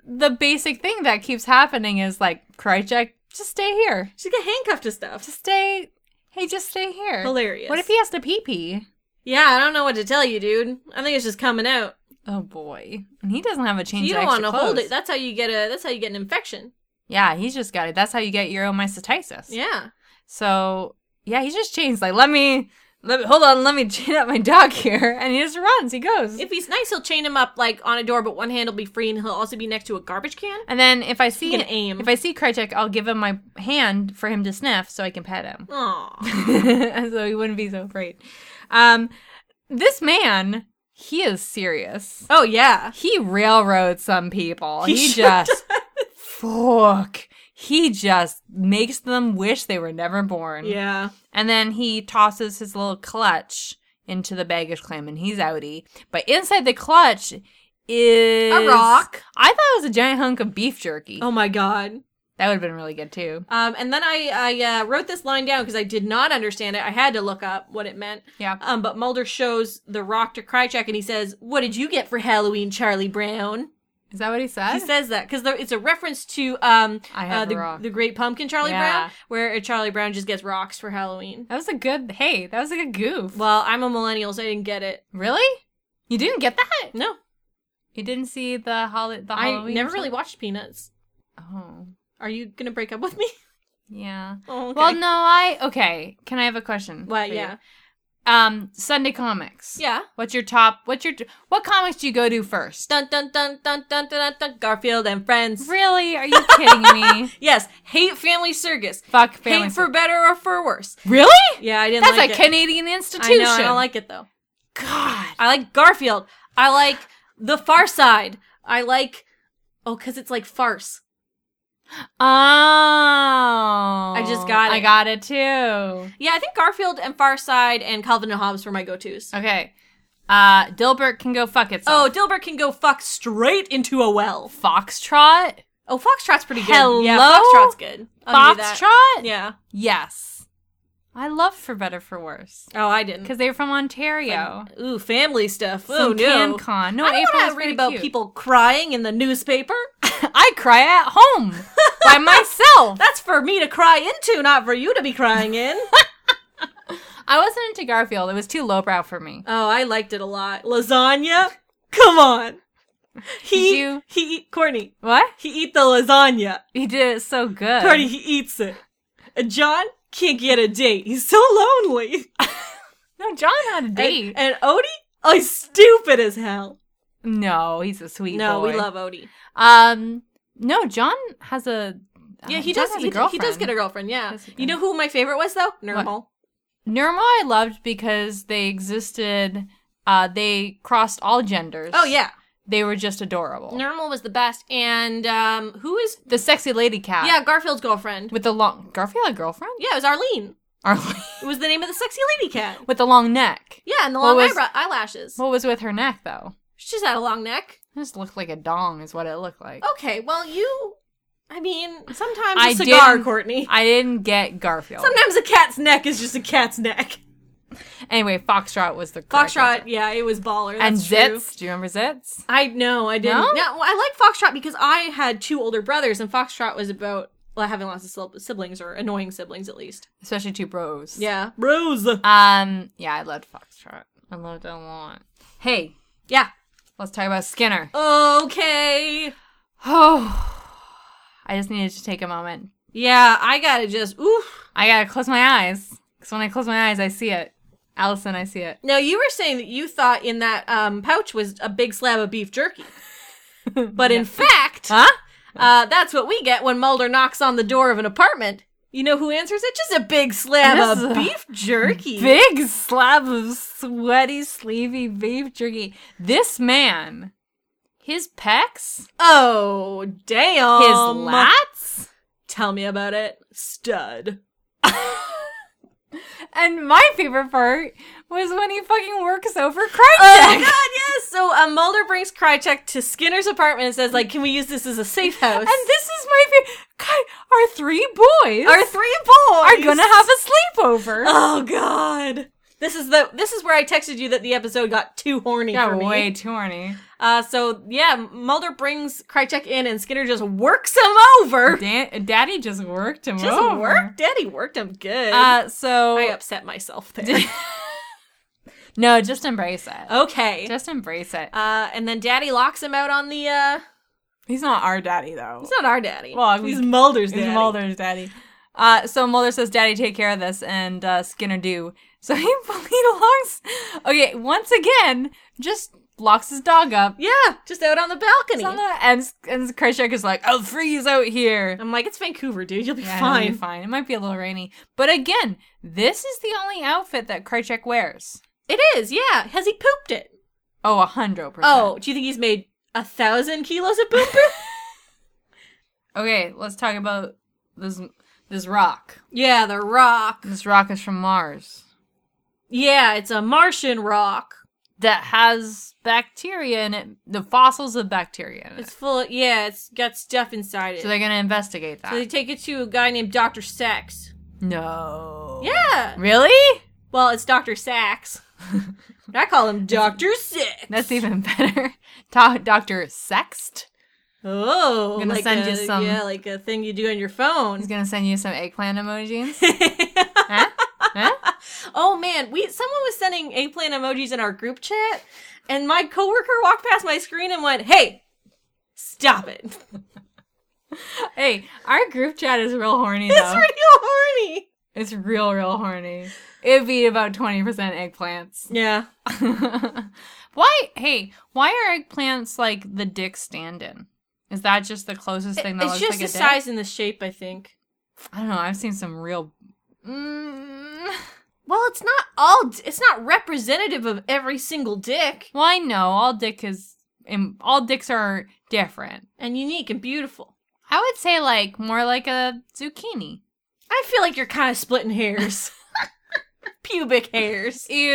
Speaker 1: the basic thing that keeps happening is like Krychek, just stay here.
Speaker 2: She's got handcuffed to stuff.
Speaker 1: Just stay. Hey, just stay here.
Speaker 2: Hilarious.
Speaker 1: What if he has to pee pee?
Speaker 2: Yeah, I don't know what to tell you, dude. I think it's just coming out.
Speaker 1: Oh boy, and he doesn't have a change.
Speaker 2: you
Speaker 1: of
Speaker 2: don't want
Speaker 1: extra
Speaker 2: to hold
Speaker 1: clothes.
Speaker 2: it. That's how you get a. That's how you get an infection.
Speaker 1: yeah, he's just got it. That's how you get uromycetitis.
Speaker 2: Yeah.
Speaker 1: So yeah, he just changed. Like, let me, let me hold on. Let me chain up my dog here, and he just runs. He goes.
Speaker 2: If he's nice, he'll chain him up like on a door, but one hand will be free, and he'll also be next to a garbage can.
Speaker 1: and then if I see
Speaker 2: He can aim.
Speaker 1: if I see Krychek, I'll give him my hand for him to sniff, so I can pet him.
Speaker 2: Aw.
Speaker 1: so he wouldn't be so afraid. Um, this man, he is serious.
Speaker 2: Oh yeah.
Speaker 1: He railroads some people. He,
Speaker 2: He sure
Speaker 1: just fuck. He just makes them wish they were never born.
Speaker 2: Yeah.
Speaker 1: And then he tosses his little clutch into the baggage claim and he's outie. But inside the clutch is
Speaker 2: A rock.
Speaker 1: I thought it was a giant hunk of beef jerky.
Speaker 2: Oh my god.
Speaker 1: That would have been really good too.
Speaker 2: Um, and then I I uh, wrote this line down because I did not understand it. I had to look up what it meant.
Speaker 1: Yeah.
Speaker 2: Um, but Mulder shows the rock to Krychek, and he says, "What did you get for Halloween, Charlie Brown?"
Speaker 1: Is that what he said?
Speaker 2: He says that because it's a reference to um
Speaker 1: I have
Speaker 2: uh,
Speaker 1: a
Speaker 2: the,
Speaker 1: rock.
Speaker 2: the Great Pumpkin, Charlie
Speaker 1: Yeah.
Speaker 2: Brown, where Charlie Brown just gets rocks for Halloween.
Speaker 1: that was a good hey, that was a good goof.
Speaker 2: Well, I'm a millennial, so I didn't get it.
Speaker 1: Really? You didn't get that?
Speaker 2: No,
Speaker 1: You didn't see the hol- the Halloween?
Speaker 2: I never really
Speaker 1: show?
Speaker 2: watched Peanuts.
Speaker 1: Oh,
Speaker 2: Are you gonna break up with me?
Speaker 1: yeah.
Speaker 2: Oh, okay.
Speaker 1: Well, no, I okay. Can I have a question?
Speaker 2: Well,
Speaker 1: for you?
Speaker 2: yeah,
Speaker 1: Um, Sunday comics.
Speaker 2: yeah.
Speaker 1: What's your top? What's your what comics do you go to first?
Speaker 2: Dun dun dun dun dun dun dun. dun Garfield and Friends.
Speaker 1: Really? Are you kidding me?
Speaker 2: Yes, hate Family Circus.
Speaker 1: Fuck family.
Speaker 2: Hate for better or for worse.
Speaker 1: really?
Speaker 2: Yeah, I didn't
Speaker 1: That's
Speaker 2: like
Speaker 1: a
Speaker 2: it.
Speaker 1: Canadian
Speaker 2: I
Speaker 1: institution.
Speaker 2: know, I don't like it though.
Speaker 1: God.
Speaker 2: I like Garfield. I like The Far Side. I like oh, cause it's like farce.
Speaker 1: Oh, I
Speaker 2: just got
Speaker 1: I
Speaker 2: it.
Speaker 1: got it too.
Speaker 2: Yeah, I think Garfield and Far Side and Calvin and Hobbes were my go-tos.
Speaker 1: Okay. Uh, Dilbert can go fuck itself.
Speaker 2: Oh, Dilbert can go fuck straight into a well.
Speaker 1: Foxtrot.
Speaker 2: Oh, Foxtrot's pretty good. Yeah,
Speaker 1: Hello?
Speaker 2: Foxtrot's good. I'll give you that.
Speaker 1: Foxtrot.
Speaker 2: Yeah.
Speaker 1: Yes. I love For Better For Worse.
Speaker 2: Oh, I didn't.
Speaker 1: Because they were from Ontario.
Speaker 2: Ooh, family stuff. oh
Speaker 1: Some
Speaker 2: no.
Speaker 1: CanCon. No,
Speaker 2: I don't
Speaker 1: April
Speaker 2: want
Speaker 1: was
Speaker 2: to
Speaker 1: pretty
Speaker 2: read about
Speaker 1: cute.
Speaker 2: people crying in the newspaper.
Speaker 1: I cry at home by myself.
Speaker 2: That's for me to cry into, not for you to be crying in.
Speaker 1: I wasn't into Garfield. It was too lowbrow for me.
Speaker 2: Oh, I liked it a lot. Lasagna? Come on. He
Speaker 1: Did you-
Speaker 2: he eat Courtney.
Speaker 1: What?
Speaker 2: He eat the lasagna.
Speaker 1: He did it so good.
Speaker 2: Courtney, he eats it. And John can't get a date. He's so lonely.
Speaker 1: No, John had a date.
Speaker 2: And, and Odie? Oh, he's stupid as hell.
Speaker 1: no, he's a sweet
Speaker 2: no,
Speaker 1: boy.
Speaker 2: we love Odie.
Speaker 1: Um, no, John has a. uh,
Speaker 2: Yeah, he
Speaker 1: John
Speaker 2: does.
Speaker 1: has a
Speaker 2: He, d- he does
Speaker 1: girlfriend.
Speaker 2: get a girlfriend. Yeah.
Speaker 1: That's
Speaker 2: You
Speaker 1: good.
Speaker 2: know who my favorite was though? Normal.
Speaker 1: Nirma I loved because they existed. Uh, they crossed all genders.
Speaker 2: Oh yeah,
Speaker 1: they were just adorable.
Speaker 2: Normal was the best. And um, who is?
Speaker 1: the sexy lady cat.
Speaker 2: Yeah, Garfield's girlfriend.
Speaker 1: with the long Garfield had a girlfriend.
Speaker 2: Yeah, it was Arlene.
Speaker 1: Arlene.
Speaker 2: It was the name of the sexy lady cat.
Speaker 1: with the long neck.
Speaker 2: Yeah, and the
Speaker 1: What
Speaker 2: long
Speaker 1: was-
Speaker 2: eyebrow- eyelashes.
Speaker 1: What was with her neck though?
Speaker 2: She's had a long neck.
Speaker 1: It just looked like a dong, is what it looked like.
Speaker 2: Okay, well you, I mean, sometimes Oh, a
Speaker 1: I
Speaker 2: cigar,
Speaker 1: didn't-
Speaker 2: Courtney.
Speaker 1: I didn't get Garfield.
Speaker 2: Sometimes a cat's neck is just a cat's neck.
Speaker 1: Anyway, Foxtrot was the correct
Speaker 2: Foxtrot,
Speaker 1: answer.
Speaker 2: yeah, it was baller.
Speaker 1: and
Speaker 2: That's
Speaker 1: Zits.
Speaker 2: true.
Speaker 1: Do you remember Zits?
Speaker 2: I know, I didn't.
Speaker 1: No?
Speaker 2: No, well, I like Foxtrot because I had two older brothers, and Foxtrot was about well, having lots of sil- siblings or annoying siblings at least.
Speaker 1: Especially two bros.
Speaker 2: Yeah, Rose.
Speaker 1: Um. Yeah, I loved Foxtrot. I loved it a lot. Hey,
Speaker 2: yeah.
Speaker 1: let's talk about Skinner.
Speaker 2: Okay.
Speaker 1: Oh, I just needed to take a moment.
Speaker 2: Yeah, I gotta just. Oof.
Speaker 1: I gotta close my eyes because when I close my eyes, I see it. Allison, I see it.
Speaker 2: Now you were saying that you thought in that um, pouch was a big slab of beef jerky, but in fact,
Speaker 1: Huh?
Speaker 2: uh, that's what we get when Mulder knocks on the door of an apartment. You know who answers it? Just a big slab
Speaker 1: This
Speaker 2: of
Speaker 1: is a
Speaker 2: beef jerky.
Speaker 1: Big slab of sweaty, sleepy beef jerky. This man, his pecs,
Speaker 2: oh, damn.
Speaker 1: his lats.
Speaker 2: Tell me about it. Stud.
Speaker 1: And my favorite part was when he fucking works over Krychek.
Speaker 2: Oh God, yes. So uh, Mulder brings Krychek to Skinner's apartment and says, like, can we use this as a safe house?
Speaker 1: and this is my favorite. God, our three boys
Speaker 2: our three boys
Speaker 1: are gonna have a sleepover.
Speaker 2: Oh God. This is the this is where I texted you that the episode got too horny for
Speaker 1: Got
Speaker 2: me.
Speaker 1: way too horny.
Speaker 2: Uh, so yeah, Mulder brings Krychek in, and Skinner just works him over.
Speaker 1: Dan- Daddy just worked him
Speaker 2: Just
Speaker 1: over.
Speaker 2: worked, Daddy worked him good.
Speaker 1: Oh. Uh, so
Speaker 2: I upset myself there.
Speaker 1: no, just embrace it.
Speaker 2: okay.
Speaker 1: Just embrace it.
Speaker 2: Uh, and then Daddy locks him out on the. uh
Speaker 1: He's not our daddy though.
Speaker 2: He's not our daddy.
Speaker 1: Well, we-
Speaker 2: he's Mulder's
Speaker 1: He's
Speaker 2: daddy.
Speaker 1: Mulder's daddy. Uh, so Mulder says, "Daddy, take care of this," and uh, Skinner do. So he he locks. Okay, once again, just locks his dog up.
Speaker 2: Yeah, just out on the balcony.
Speaker 1: It's on the- And and Krychek is like, "I'll freeze out here."
Speaker 2: I'm like, it's Vancouver, dude. You'll be
Speaker 1: Yeah, it'll
Speaker 2: fine.
Speaker 1: be fine. It might be a little rainy, but again, this is the only outfit that Krychek wears.
Speaker 2: It is. Yeah. Has he pooped it?
Speaker 1: Oh, a hundred percent.
Speaker 2: Oh, do you think he's made a thousand kilos of poop?
Speaker 1: okay. Let's talk about this this rock.
Speaker 2: yeah, the rock.
Speaker 1: This rock is from Mars
Speaker 2: Yeah, it's a Martian rock.
Speaker 1: that has bacteria in it. The fossils of bacteria in it.
Speaker 2: It's full. Of, yeah, it's got stuff inside it.
Speaker 1: So they're gonna investigate that.
Speaker 2: So they take it to a guy named Doctor Sachs.
Speaker 1: no.
Speaker 2: Yeah.
Speaker 1: Really?
Speaker 2: Well, it's Doctor Sachs. I call him Doctor Six.
Speaker 1: That's even better. Do- Doctor Sext.
Speaker 2: Oh,
Speaker 1: I'm gonna
Speaker 2: like
Speaker 1: send
Speaker 2: a,
Speaker 1: you some-
Speaker 2: Yeah, like a thing you do on your phone.
Speaker 1: He's gonna send you some eggplant emojis. huh? Huh?
Speaker 2: oh man, we someone was sending eggplant emojis in our group chat, and my coworker walked past my screen and went, "Hey, stop it! It's
Speaker 1: Hey, our group chat is real horny though.
Speaker 2: real horny."
Speaker 1: It's real, real horny. It'd be about twenty percent eggplants.
Speaker 2: Yeah,
Speaker 1: why? Hey, why are eggplants like the dick stand-in? Is that just the closest thing that
Speaker 2: it's
Speaker 1: looks
Speaker 2: just
Speaker 1: like
Speaker 2: the
Speaker 1: a dick?
Speaker 2: size and the shape, I think.
Speaker 1: I don't know. I've seen some real. Mm,
Speaker 2: Well, it's not all. d- It's not representative of every single dick,
Speaker 1: Well, I know all dick is im- all dicks are different.
Speaker 2: and unique and beautiful.
Speaker 1: I would say like more like a zucchini.
Speaker 2: I feel like you're kind of splitting hairs, pubic hairs.
Speaker 1: Ew.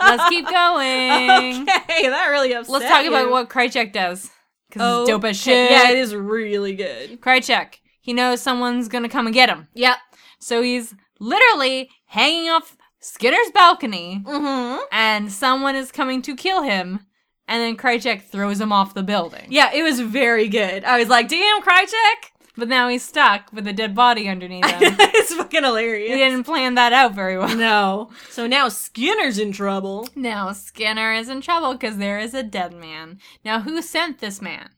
Speaker 1: Let's keep going.
Speaker 2: Okay, that really upset.
Speaker 1: Let's talk about
Speaker 2: you.
Speaker 1: what Krychek does because it's dope as
Speaker 2: Okay,
Speaker 1: shit.
Speaker 2: Yeah, it is really good.
Speaker 1: Krychek. He knows someone's gonna come and get him,
Speaker 2: Yep.
Speaker 1: so he's literally hanging off Skinner's balcony,
Speaker 2: Mm-hmm.
Speaker 1: and someone is coming to kill him. And then Krychek throws him off the building.
Speaker 2: Yeah, it was very good. I was like, damn, Krychek.
Speaker 1: But now he's stuck with a dead body underneath him.
Speaker 2: it's fucking
Speaker 1: He
Speaker 2: hilarious.
Speaker 1: didn't plan that out very well.
Speaker 2: No. So now Skinner's in trouble.
Speaker 1: Now Skinner is in trouble because there is a dead man. Now who sent this man?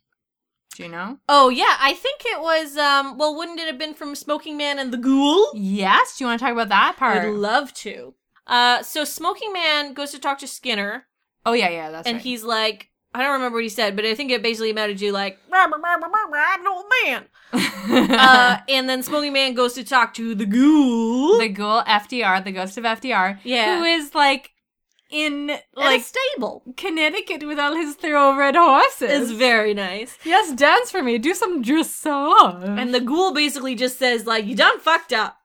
Speaker 1: Do you know?
Speaker 2: Oh yeah, I think it was um well wouldn't it have been from Smoking Man and the Ghoul?
Speaker 1: Yes. Do you want to talk about that
Speaker 2: I
Speaker 1: part?
Speaker 2: would love to. Uh so Smoking Man goes to talk to Skinner
Speaker 1: oh yeah, yeah. That's
Speaker 2: and
Speaker 1: right.
Speaker 2: he's like I don't remember what he said, but I think it basically amounted to like "Rah, rah, rah, rah, rah, rah, I'm an old man. uh and then Smoking Man goes to talk to the Ghoul.
Speaker 1: the ghoul FDR, the ghost of FDR,
Speaker 2: Yeah.
Speaker 1: who is like in
Speaker 2: like
Speaker 1: like
Speaker 2: stable.
Speaker 1: Connecticut with all his thoroughbred horses.
Speaker 2: It's very nice.
Speaker 1: yes, dance for me. Do some dressage.
Speaker 2: And the ghoul basically just says, like, you done fucked up.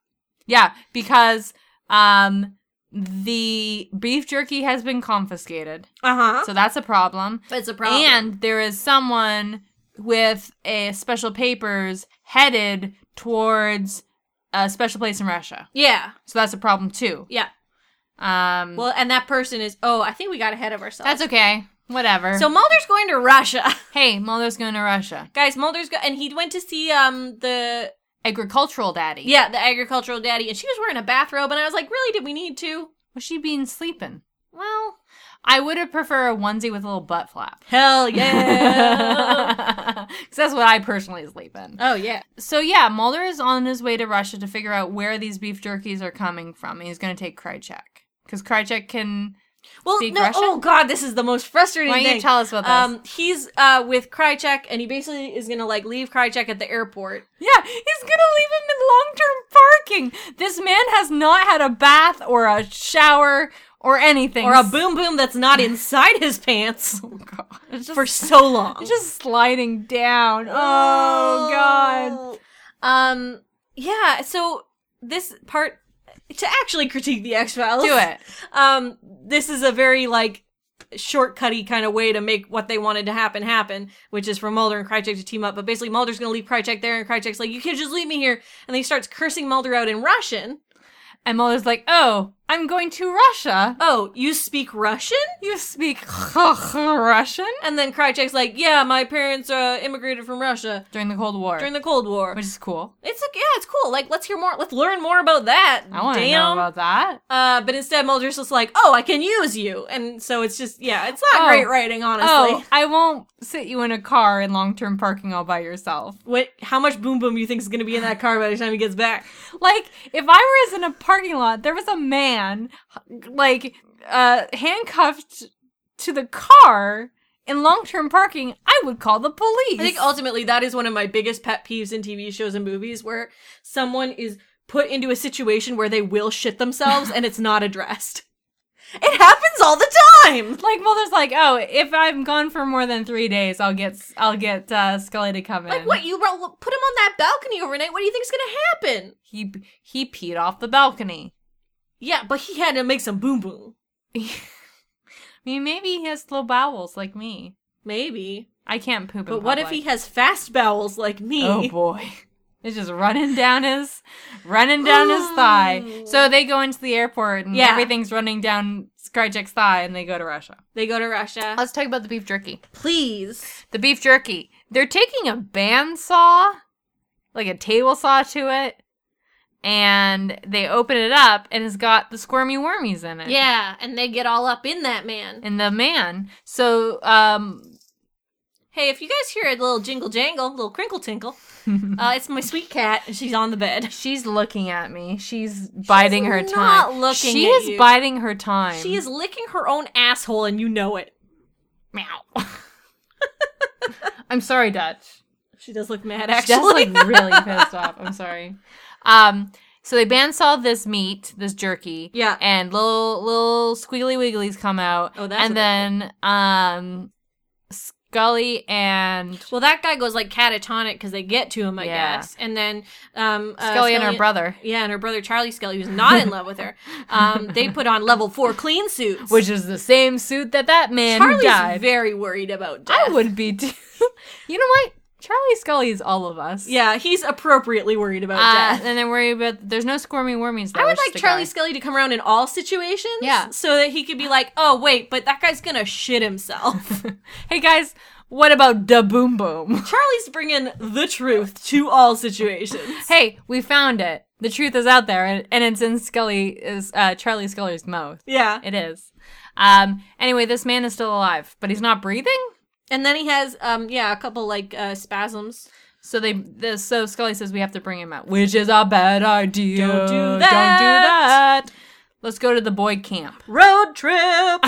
Speaker 1: yeah, because um the beef jerky has been confiscated,
Speaker 2: Uh-huh.
Speaker 1: so that's a problem.
Speaker 2: it's a problem.
Speaker 1: And there is someone with a special papers headed towards a special place in Russia.
Speaker 2: yeah.
Speaker 1: So that's a problem too.
Speaker 2: Yeah.
Speaker 1: Um,
Speaker 2: Well, and that person is oh, I think we got ahead of ourselves.
Speaker 1: that's okay. Whatever.
Speaker 2: So
Speaker 1: So
Speaker 2: Mulder's going to Russia.
Speaker 1: hey, Mulder's going to Russia.
Speaker 2: Guys, Mulder's go and he went to see um the
Speaker 1: Agricultural daddy.
Speaker 2: yeah, the agricultural daddy and she was wearing a bathrobe and I was like, "Really did we need to?"
Speaker 1: Was she being sleeping?
Speaker 2: Well,
Speaker 1: I would have preferred a onesie with a little butt flap.
Speaker 2: hell yeah.
Speaker 1: Because that's what I personally sleep in.
Speaker 2: oh yeah.
Speaker 1: So yeah, Mulder is on his way to Russia to figure out where these beef jerkies are coming from. And he's going to take Krychek. Because Krychek can
Speaker 2: Well,
Speaker 1: Speak
Speaker 2: no.
Speaker 1: Russian?
Speaker 2: Oh god, this is the most frustrating
Speaker 1: Why don't
Speaker 2: thing.
Speaker 1: you tell us about this?
Speaker 2: Um, he's uh with Krychek, and he basically is gonna like leave Krychek at the airport.
Speaker 1: Yeah, he's gonna leave him in long term parking. This man has not had a bath or a shower or anything.
Speaker 2: or a boom boom that's not inside his pants
Speaker 1: Oh, God. It's just,
Speaker 2: for so long.
Speaker 1: it's just sliding down. Oh, God.
Speaker 2: Um. Yeah. So this part to actually critique the X Files.
Speaker 1: Do it.
Speaker 2: Um, this is a very like shortcutty kind of way to make what they wanted to happen happen, which is for Mulder and Krychek to team up. But basically, Mulder's gonna leave Krychek there, and Krychek's like, "You can't just leave me here," and then he starts cursing Mulder out in Russian.
Speaker 1: And Mulder's like, oh, I'm going to Russia.
Speaker 2: Oh, you speak Russian?
Speaker 1: You speak Russian
Speaker 2: And then Krychek's like, "Yeah, my parents uh, immigrated from Russia
Speaker 1: during the Cold War,
Speaker 2: during the Cold War."
Speaker 1: which is cool.
Speaker 2: It's like, yeah, it's cool. Like, let's hear more. Let's learn more about that.
Speaker 1: I want to know
Speaker 2: Damn.
Speaker 1: about that.
Speaker 2: Uh, but instead, Mulder's just like, "Oh, I can use you," and so it's just, yeah, it's not
Speaker 1: Oh.
Speaker 2: great writing, honestly.
Speaker 1: Oh, I won't sit you in a car in long term parking all by yourself.
Speaker 2: What? How much boom boom you think is gonna be in that car by the time he gets back?
Speaker 1: Like, if I was in a parking lot, there was a man, like, uh, handcuffed to the car in long term parking, I would call the police.
Speaker 2: I think ultimately that is one of my biggest pet peeves in TV shows and movies, where someone is put into a situation where they will shit themselves and it's not addressed. It happens all the time.
Speaker 1: like Mulder's like, oh, if I'm gone for more than three days, I'll get I'll get uh, Scully to come in.
Speaker 2: Like, what? You ro- put him on that balcony overnight. What do you think's gonna happen?
Speaker 1: He he peed off the balcony.
Speaker 2: Yeah, but he had to make some boom boom.
Speaker 1: I mean, maybe he has slow bowels like me.
Speaker 2: Maybe.
Speaker 1: I can't poop. in
Speaker 2: But what if
Speaker 1: public.
Speaker 2: he has fast bowels like me?
Speaker 1: Oh boy. It's just running down his running down his thigh. So they go into the airport and
Speaker 2: Yeah.
Speaker 1: everything's running down Skyjack's thigh and they go to Russia.
Speaker 2: They go to Russia.
Speaker 1: Let's talk about the beef jerky.
Speaker 2: Please.
Speaker 1: The beef jerky. They're taking a bandsaw, like a table saw to it, and they open it up and it's got the squirmy wormies in it.
Speaker 2: Yeah, and they get all up in that man.
Speaker 1: And the man. So um
Speaker 2: Hey, if you guys hear a little jingle jangle, a little crinkle tinkle, uh, it's my sweet cat, and she's on the bed.
Speaker 1: She's looking at me. She's biding her
Speaker 2: not
Speaker 1: time.
Speaker 2: looking
Speaker 1: she
Speaker 2: at
Speaker 1: is
Speaker 2: you.
Speaker 1: biding her time.
Speaker 2: She is licking her own asshole, and you know it.
Speaker 1: Meow. I'm sorry, Dutch.
Speaker 2: She does look mad,
Speaker 1: She does
Speaker 2: actually.
Speaker 1: look really pissed off. I'm sorry. Um, so they bandsaw this meat, this jerky.
Speaker 2: Yeah.
Speaker 1: And little little squiggly wigglies come out.
Speaker 2: Oh, that's
Speaker 1: And
Speaker 2: a
Speaker 1: then um, Scully and
Speaker 2: well, that guy goes like catatonic because they get to him, I
Speaker 1: Yeah.
Speaker 2: guess. And then um, uh,
Speaker 1: Scully and her brother,
Speaker 2: Yeah, and her brother Charlie Skelly, who's not in love with her, um, they put on level four clean suits.
Speaker 1: which is the same suit that that man who
Speaker 2: Charlie's
Speaker 1: died.
Speaker 2: very worried about death.
Speaker 1: I would be too. you know what? Charlie Scully is all of us.
Speaker 2: Yeah, he's appropriately worried about
Speaker 1: Uh,
Speaker 2: death.
Speaker 1: and then worry about there's no squirmy wormies. Though,
Speaker 2: I would
Speaker 1: it's just
Speaker 2: like
Speaker 1: a
Speaker 2: Charlie
Speaker 1: guy.
Speaker 2: Skelly to come around in all situations.
Speaker 1: Yeah.
Speaker 2: So that he could be like, oh, wait, but that guy's going to shit himself.
Speaker 1: hey guys, what about da boom boom?
Speaker 2: Charlie's bringing the truth to all situations.
Speaker 1: hey, we found it. The truth is out there, and, and it's in Scully is uh, Charlie Scully's mouth.
Speaker 2: Yeah.
Speaker 1: It is. Um. Anyway, this man is still alive, but he's not breathing.
Speaker 2: And then he has, um, yeah, a couple like uh, spasms.
Speaker 1: So they, the, so Scully says we have to bring him out, which is a bad idea.
Speaker 2: Don't do
Speaker 1: Don't do
Speaker 2: that.
Speaker 1: that. Let's go to the boy camp.
Speaker 2: Road trip!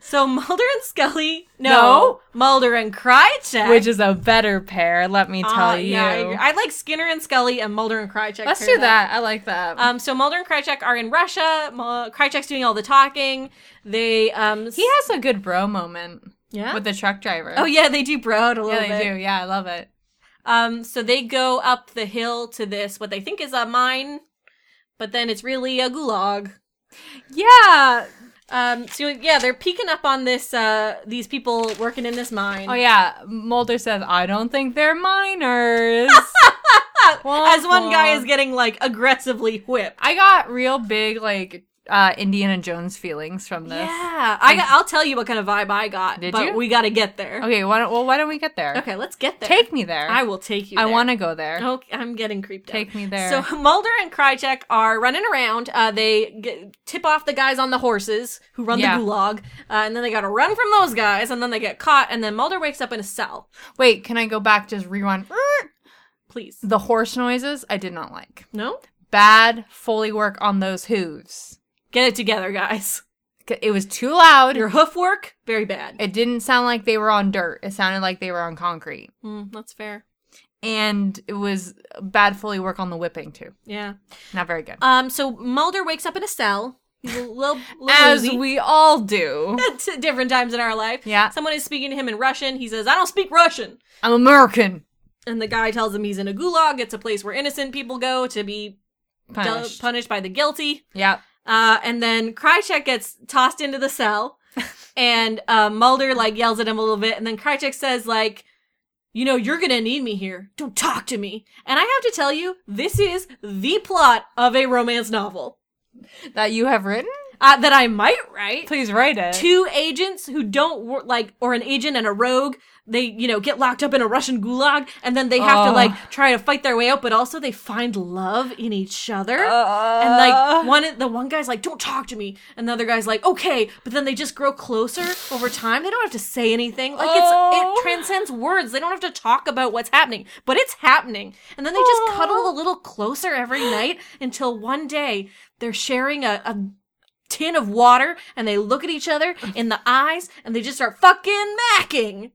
Speaker 2: so Mulder and Scully, no,
Speaker 1: No.
Speaker 2: Mulder and Krychek.
Speaker 1: Which is a better pair, let me tell
Speaker 2: Uh,
Speaker 1: you.
Speaker 2: Yeah, I, agree. I like Skinner and Scully and Mulder and Krychek.
Speaker 1: Let's
Speaker 2: paired
Speaker 1: do
Speaker 2: up.
Speaker 1: that. I like that.
Speaker 2: Um, so Mulder and Krychek are in Russia. Mul- Krychek's doing all the talking. They um, s-
Speaker 1: he has a good bro moment
Speaker 2: yeah.
Speaker 1: with the truck driver.
Speaker 2: oh yeah, they do bro it a little
Speaker 1: yeah, they
Speaker 2: bit.
Speaker 1: do. Yeah, I love it.
Speaker 2: Um, so they go up the hill to this what they think is a mine, but then it's really a gulag.
Speaker 1: Yeah.
Speaker 2: Um, so yeah, they're peeking up on this uh these people working in this mine.
Speaker 1: Oh yeah. Mulder says, "I don't think they're minors."
Speaker 2: As one guy is getting like aggressively whipped.
Speaker 1: I got real big like uh Indiana Jones feelings from this.
Speaker 2: Yeah, I got, I'll tell you what kind of vibe I got.
Speaker 1: Did
Speaker 2: but
Speaker 1: you?
Speaker 2: we got to get there.
Speaker 1: Okay. Why don't, well, why don't we get there?
Speaker 2: Okay, let's get there.
Speaker 1: Take me there.
Speaker 2: I will take you.
Speaker 1: I
Speaker 2: there.
Speaker 1: want to go there.
Speaker 2: Okay, I'm getting creeped out.
Speaker 1: Take me there.
Speaker 2: So Mulder and Krychek are running around. Uh, they g tip off the guys on the horses who run
Speaker 1: Yeah.
Speaker 2: the gulag, uh, and then they got to run from those guys, and then they get caught, and then Mulder wakes up in a cell.
Speaker 1: Wait, can I go back? Just rewind.
Speaker 2: Please,
Speaker 1: The horse noises I did not like.
Speaker 2: no,
Speaker 1: Bad Foley work on those hooves.
Speaker 2: get it together, guys.
Speaker 1: It was too loud.
Speaker 2: Your hoof work very bad.
Speaker 1: It didn't sound like they were on dirt. It sounded like they were on concrete.
Speaker 2: Mm, that's fair.
Speaker 1: And it was bad Foley work on the whipping too.
Speaker 2: Yeah.
Speaker 1: Not very good.
Speaker 2: Um. So Mulder wakes up in a cell. He's a little, little
Speaker 1: As
Speaker 2: woozy.
Speaker 1: we all do.
Speaker 2: at different times in our life.
Speaker 1: Yeah.
Speaker 2: Someone is speaking to him in Russian. He says, "I don't speak Russian."
Speaker 1: I'm American.
Speaker 2: And the guy tells him he's in a gulag. It's a place where innocent people go to be
Speaker 1: Punished.
Speaker 2: punished by the guilty.
Speaker 1: yeah.
Speaker 2: Uh, and then Krychek gets tossed into the cell, and uh, Mulder like yells at him a little bit, and then Krychek says like, "You know, you're gonna need me here. Don't talk to me." And I have to tell you, this is the plot of a romance novel
Speaker 1: That you have written?
Speaker 2: uh, that I might write.
Speaker 1: Please write it.
Speaker 2: Two agents who don't wor- like, or an agent and a rogue. They, you know, get locked up in a Russian gulag, and then they have to
Speaker 1: Oh.
Speaker 2: like try to fight their way out. But also, they find love in each other. And like one, the one guy's like, "Don't talk to me," and the other guy's like, "Okay," but then they just grow closer over time. They don't have to say anything. Like it's
Speaker 1: Oh.
Speaker 2: it transcends words. They don't have to talk about what's happening, but it's happening. And then they just cuddle a little closer every night until one day they're sharing a. a tin of water and they look at each other in the eyes and they just start fucking macking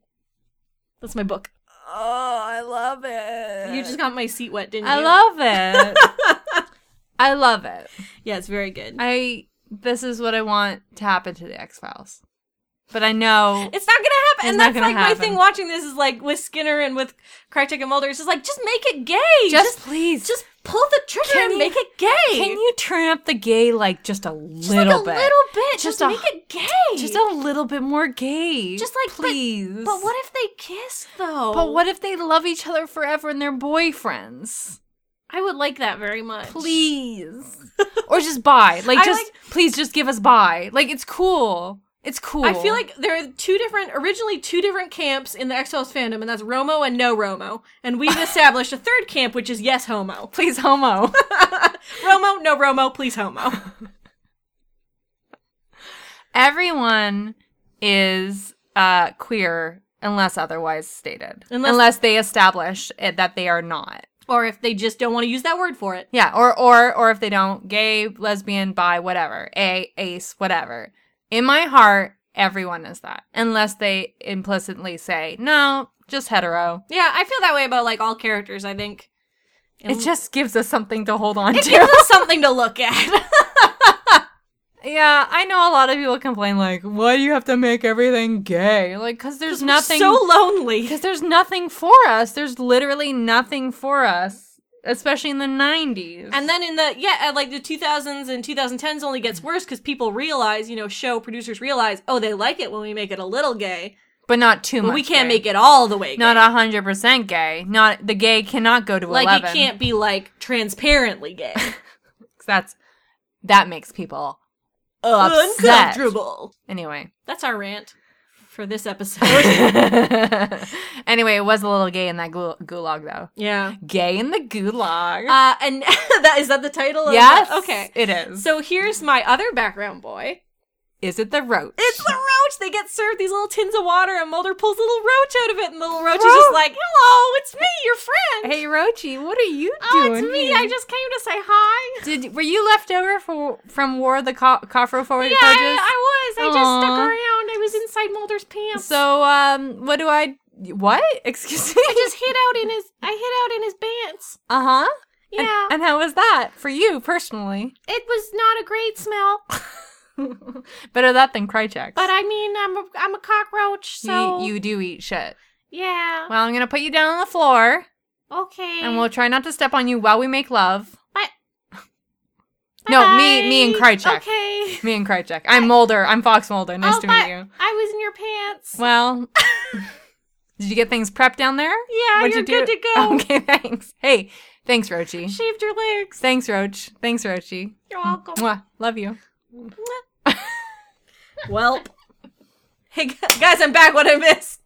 Speaker 2: that's my book
Speaker 1: oh, I love it.
Speaker 2: you just got my seat wet didn't you
Speaker 1: I love it. I love it.
Speaker 2: yeah it's very good
Speaker 1: I this is what I want to happen to the X Files. But I know
Speaker 2: It's not gonna
Speaker 1: It's
Speaker 2: happen. and
Speaker 1: not
Speaker 2: that's
Speaker 1: gonna
Speaker 2: like my
Speaker 1: happen.
Speaker 2: thing watching this is like with Skinner and with Krychek and Mulder. It's just like just make it gay.
Speaker 1: just, please
Speaker 2: just pull the trigger
Speaker 1: Can
Speaker 2: and
Speaker 1: you-
Speaker 2: make it gay.
Speaker 1: can you turn up the gay like just a
Speaker 2: just
Speaker 1: little bit?
Speaker 2: like a little bit? Just,
Speaker 1: Just a-
Speaker 2: make it gay.
Speaker 1: just a little bit more gay.
Speaker 2: Just like, but-
Speaker 1: please.
Speaker 2: But what if they kiss though?
Speaker 1: But what if they love each other forever and they're boyfriends?
Speaker 2: I would like that very much.
Speaker 1: Please. or just bye. Like
Speaker 2: I
Speaker 1: just
Speaker 2: like-
Speaker 1: please just give us bye. Like it's cool. It's cool.
Speaker 2: I feel like there are two different, originally two different camps in the X Files fandom, and that's Romo and no Romo. And we've established a third camp, which is yes Homo.
Speaker 1: please homo.
Speaker 2: Romo, no Romo, please Homo.
Speaker 1: everyone is uh, queer unless otherwise stated
Speaker 2: Unless-
Speaker 1: unless, they establish it, that they are not
Speaker 2: or if they just don't want to use that word for it.
Speaker 1: yeah or or or if they don't gay lesbian bi whatever a ace whatever in my heart everyone is that unless they implicitly say no just hetero
Speaker 2: Yeah, I feel that way about like all characters. I think
Speaker 1: it just gives us something to hold on
Speaker 2: it
Speaker 1: to
Speaker 2: gives us something to look at.
Speaker 1: yeah i know a lot of people complain like why do you have to make everything gay like because there's nothing
Speaker 2: so lonely.
Speaker 1: Because there's nothing for us. There's literally nothing for us, especially in the 90s.
Speaker 2: And then in the yeah, at, like the 2000s and 2010s only gets worse because people realize, you know, show producers realize, oh, they like it when we make it a little gay,
Speaker 1: but not too
Speaker 2: but
Speaker 1: much.
Speaker 2: we can't
Speaker 1: gay.
Speaker 2: make it all the way. Gay.
Speaker 1: Not 100% gay. Not The gay cannot go to
Speaker 2: like
Speaker 1: 11.
Speaker 2: it can't be like transparently gay,
Speaker 1: 'Cause That's, that makes people upset.
Speaker 2: uncomfortable.
Speaker 1: Anyway.
Speaker 2: That's our rant for this episode.
Speaker 1: anyway, it was a little gay in that gul- gulag, though.
Speaker 2: yeah.
Speaker 1: Gay in the gulag.
Speaker 2: Uh, and that is that the title? of
Speaker 1: yes.
Speaker 2: the- okay.
Speaker 1: It is.
Speaker 2: So here's my other background boy.
Speaker 1: is it the roach?
Speaker 2: It's the roach. They get served these little tins of water, and Mulder pulls a little roach out of it, and the little roach is just
Speaker 1: Roach.
Speaker 2: like, "Hello, it's me, your friend.
Speaker 1: Hey, Roachy, what are you
Speaker 2: oh,
Speaker 1: doing?
Speaker 2: it's me.
Speaker 1: here?
Speaker 2: I just came to say hi.
Speaker 1: Did were you left over for from War of the Co- Coffro Forward
Speaker 2: Yeah, I, I was. I just stuck
Speaker 1: Aw.
Speaker 2: around. I was inside Mulder's pants.
Speaker 1: So um, what do I? What? Excuse me.
Speaker 2: I just hid out in his. I hid out in his pants.
Speaker 1: uh huh.
Speaker 2: Yeah,
Speaker 1: And how was that for you personally?
Speaker 2: it was not a great smell,
Speaker 1: Better that than Krychek.
Speaker 2: but I mean, I'm a I'm a cockroach, so
Speaker 1: you, you do eat shit.
Speaker 2: yeah.
Speaker 1: Well, I'm gonna put you down on the floor,
Speaker 2: Oh. okay.
Speaker 1: and we'll try not to step on you while we make love.
Speaker 2: Bye-
Speaker 1: No, me, me, and
Speaker 2: Bye.
Speaker 1: Krychek.
Speaker 2: Okay.
Speaker 1: Me and Krychek. I'm Mulder. I'm Fox Mulder. Nice
Speaker 2: Oh,
Speaker 1: to
Speaker 2: but
Speaker 1: meet you.
Speaker 2: I was in your pants.
Speaker 1: Well, did you get things prepped down there?
Speaker 2: Yeah,
Speaker 1: What'd
Speaker 2: you're
Speaker 1: you do?
Speaker 2: good to go.
Speaker 1: Okay, thanks. Hey, thanks, Rochi.
Speaker 2: Shaved your legs.
Speaker 1: Thanks, Roach. Thanks, Rochi.
Speaker 2: You're welcome.
Speaker 1: Mwah. Love you.
Speaker 2: Welp. Hey gu- guys, I'm back. What I miss?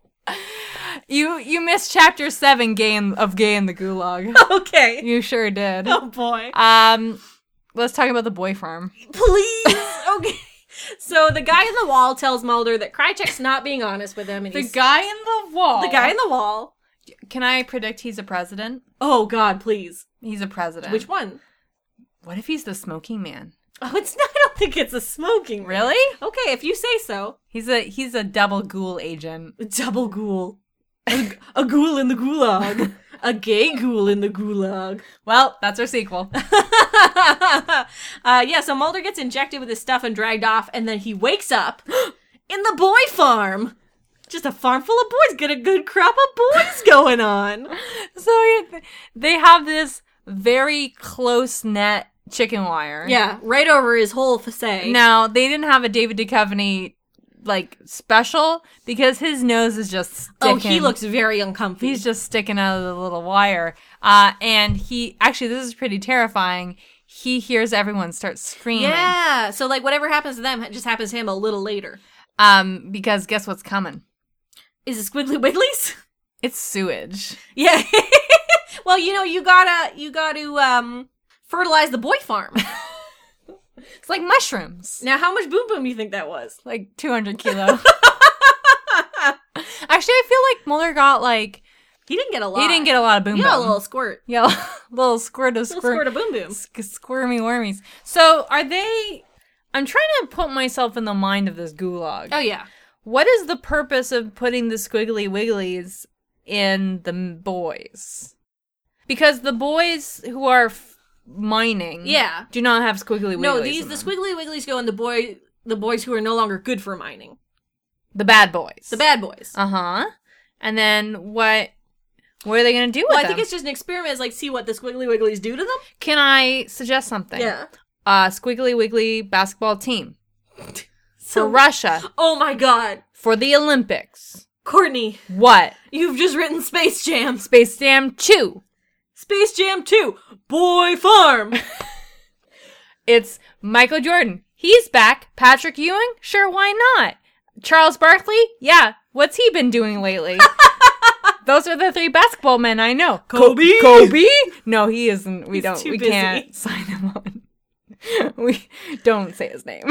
Speaker 1: You you missed chapter seven, gay in, of gay in the gulag.
Speaker 2: Okay.
Speaker 1: you sure did.
Speaker 2: Oh boy.
Speaker 1: Um, let's talk about the boy farm.
Speaker 2: Please. Okay. So the guy in the wall tells Mulder that Krychek's not being honest with him, and he's
Speaker 1: guy in the wall.
Speaker 2: the guy in the wall.
Speaker 1: Can I predict he's a president?
Speaker 2: Oh God, please.
Speaker 1: He's a president.
Speaker 2: Which one?
Speaker 1: What if he's the smoking man?
Speaker 2: Oh, it's not. I don't think it's a smoking. ring.
Speaker 1: Really?
Speaker 2: Okay, if you say so.
Speaker 1: He's a he's a double ghoul agent.
Speaker 2: Double ghoul. A, a ghoul in the gulag. A gay ghoul in the gulag.
Speaker 1: Well, that's our sequel.
Speaker 2: uh, yeah, so Mulder gets injected with his stuff and dragged off, and then he wakes up in the boy farm. Just a farm full of boys. Get a good crop of boys going on.
Speaker 1: So yeah, th- they have this very close net chicken wire.
Speaker 2: Yeah, right over his whole facade.
Speaker 1: Now they didn't have a David Duchovny like special because his nose is just sticking.
Speaker 2: oh, he looks very uncomfy.
Speaker 1: he's just sticking out of the little wire. Uh, and he actually this is pretty terrifying. He hears everyone start screaming.
Speaker 2: yeah. So like whatever happens to them just happens to him a little later.
Speaker 1: Um, because guess what's coming?
Speaker 2: Is it Squiggly Wigglies?
Speaker 1: It's sewage.
Speaker 2: Yeah. well, you know, you gotta you gotta um fertilize the boy farm.
Speaker 1: It's like mushrooms.
Speaker 2: now, how much boom boom do you think that was?
Speaker 1: Like 200 kilo. actually, I feel like Mueller got like
Speaker 2: He didn't get a lot.
Speaker 1: he didn't get a lot of boom.
Speaker 2: He got a
Speaker 1: boom.
Speaker 2: little squirt.
Speaker 1: yeah, little squirt of
Speaker 2: Little
Speaker 1: squirt.
Speaker 2: squirt of boom boom.
Speaker 1: Squ- squirmy wormies. So are they? I'm trying to put myself in the mind of this gulag.
Speaker 2: Oh yeah.
Speaker 1: What is the purpose of putting the squiggly wigglies in the m- boys? Because the boys who are f- mining,
Speaker 2: Yeah.
Speaker 1: do not have squiggly wigglies.
Speaker 2: No, these
Speaker 1: in
Speaker 2: the
Speaker 1: them.
Speaker 2: Squiggly Wigglies go in the boy the boys who are no longer good for mining.
Speaker 1: the bad boys,
Speaker 2: The bad boys.
Speaker 1: Uh huh. And then what? What are they gonna do with
Speaker 2: well, I
Speaker 1: them?
Speaker 2: think it's just an experiment. It's like see what the Squiggly Wigglies do to them.
Speaker 1: Can I suggest something? Uh, squiggly wiggly basketball team for
Speaker 2: So
Speaker 1: Russia
Speaker 2: Oh my god.
Speaker 1: for the Olympics.
Speaker 2: Courtney,
Speaker 1: What?
Speaker 2: you've just written Space Jam.
Speaker 1: Space Jam 2.
Speaker 2: Space Jam 2. Boy Farm.
Speaker 1: It's Michael Jordan. He's back. Patrick Ewing? Sure, why not? Charles Barkley? Yeah. What's he been doing lately? Those are the three basketball men I know. Co-
Speaker 2: Kobe?
Speaker 1: Kobe? No, he isn't. We
Speaker 2: He's
Speaker 1: don't
Speaker 2: too
Speaker 1: we
Speaker 2: busy.
Speaker 1: can't sign him on. we don't say his name.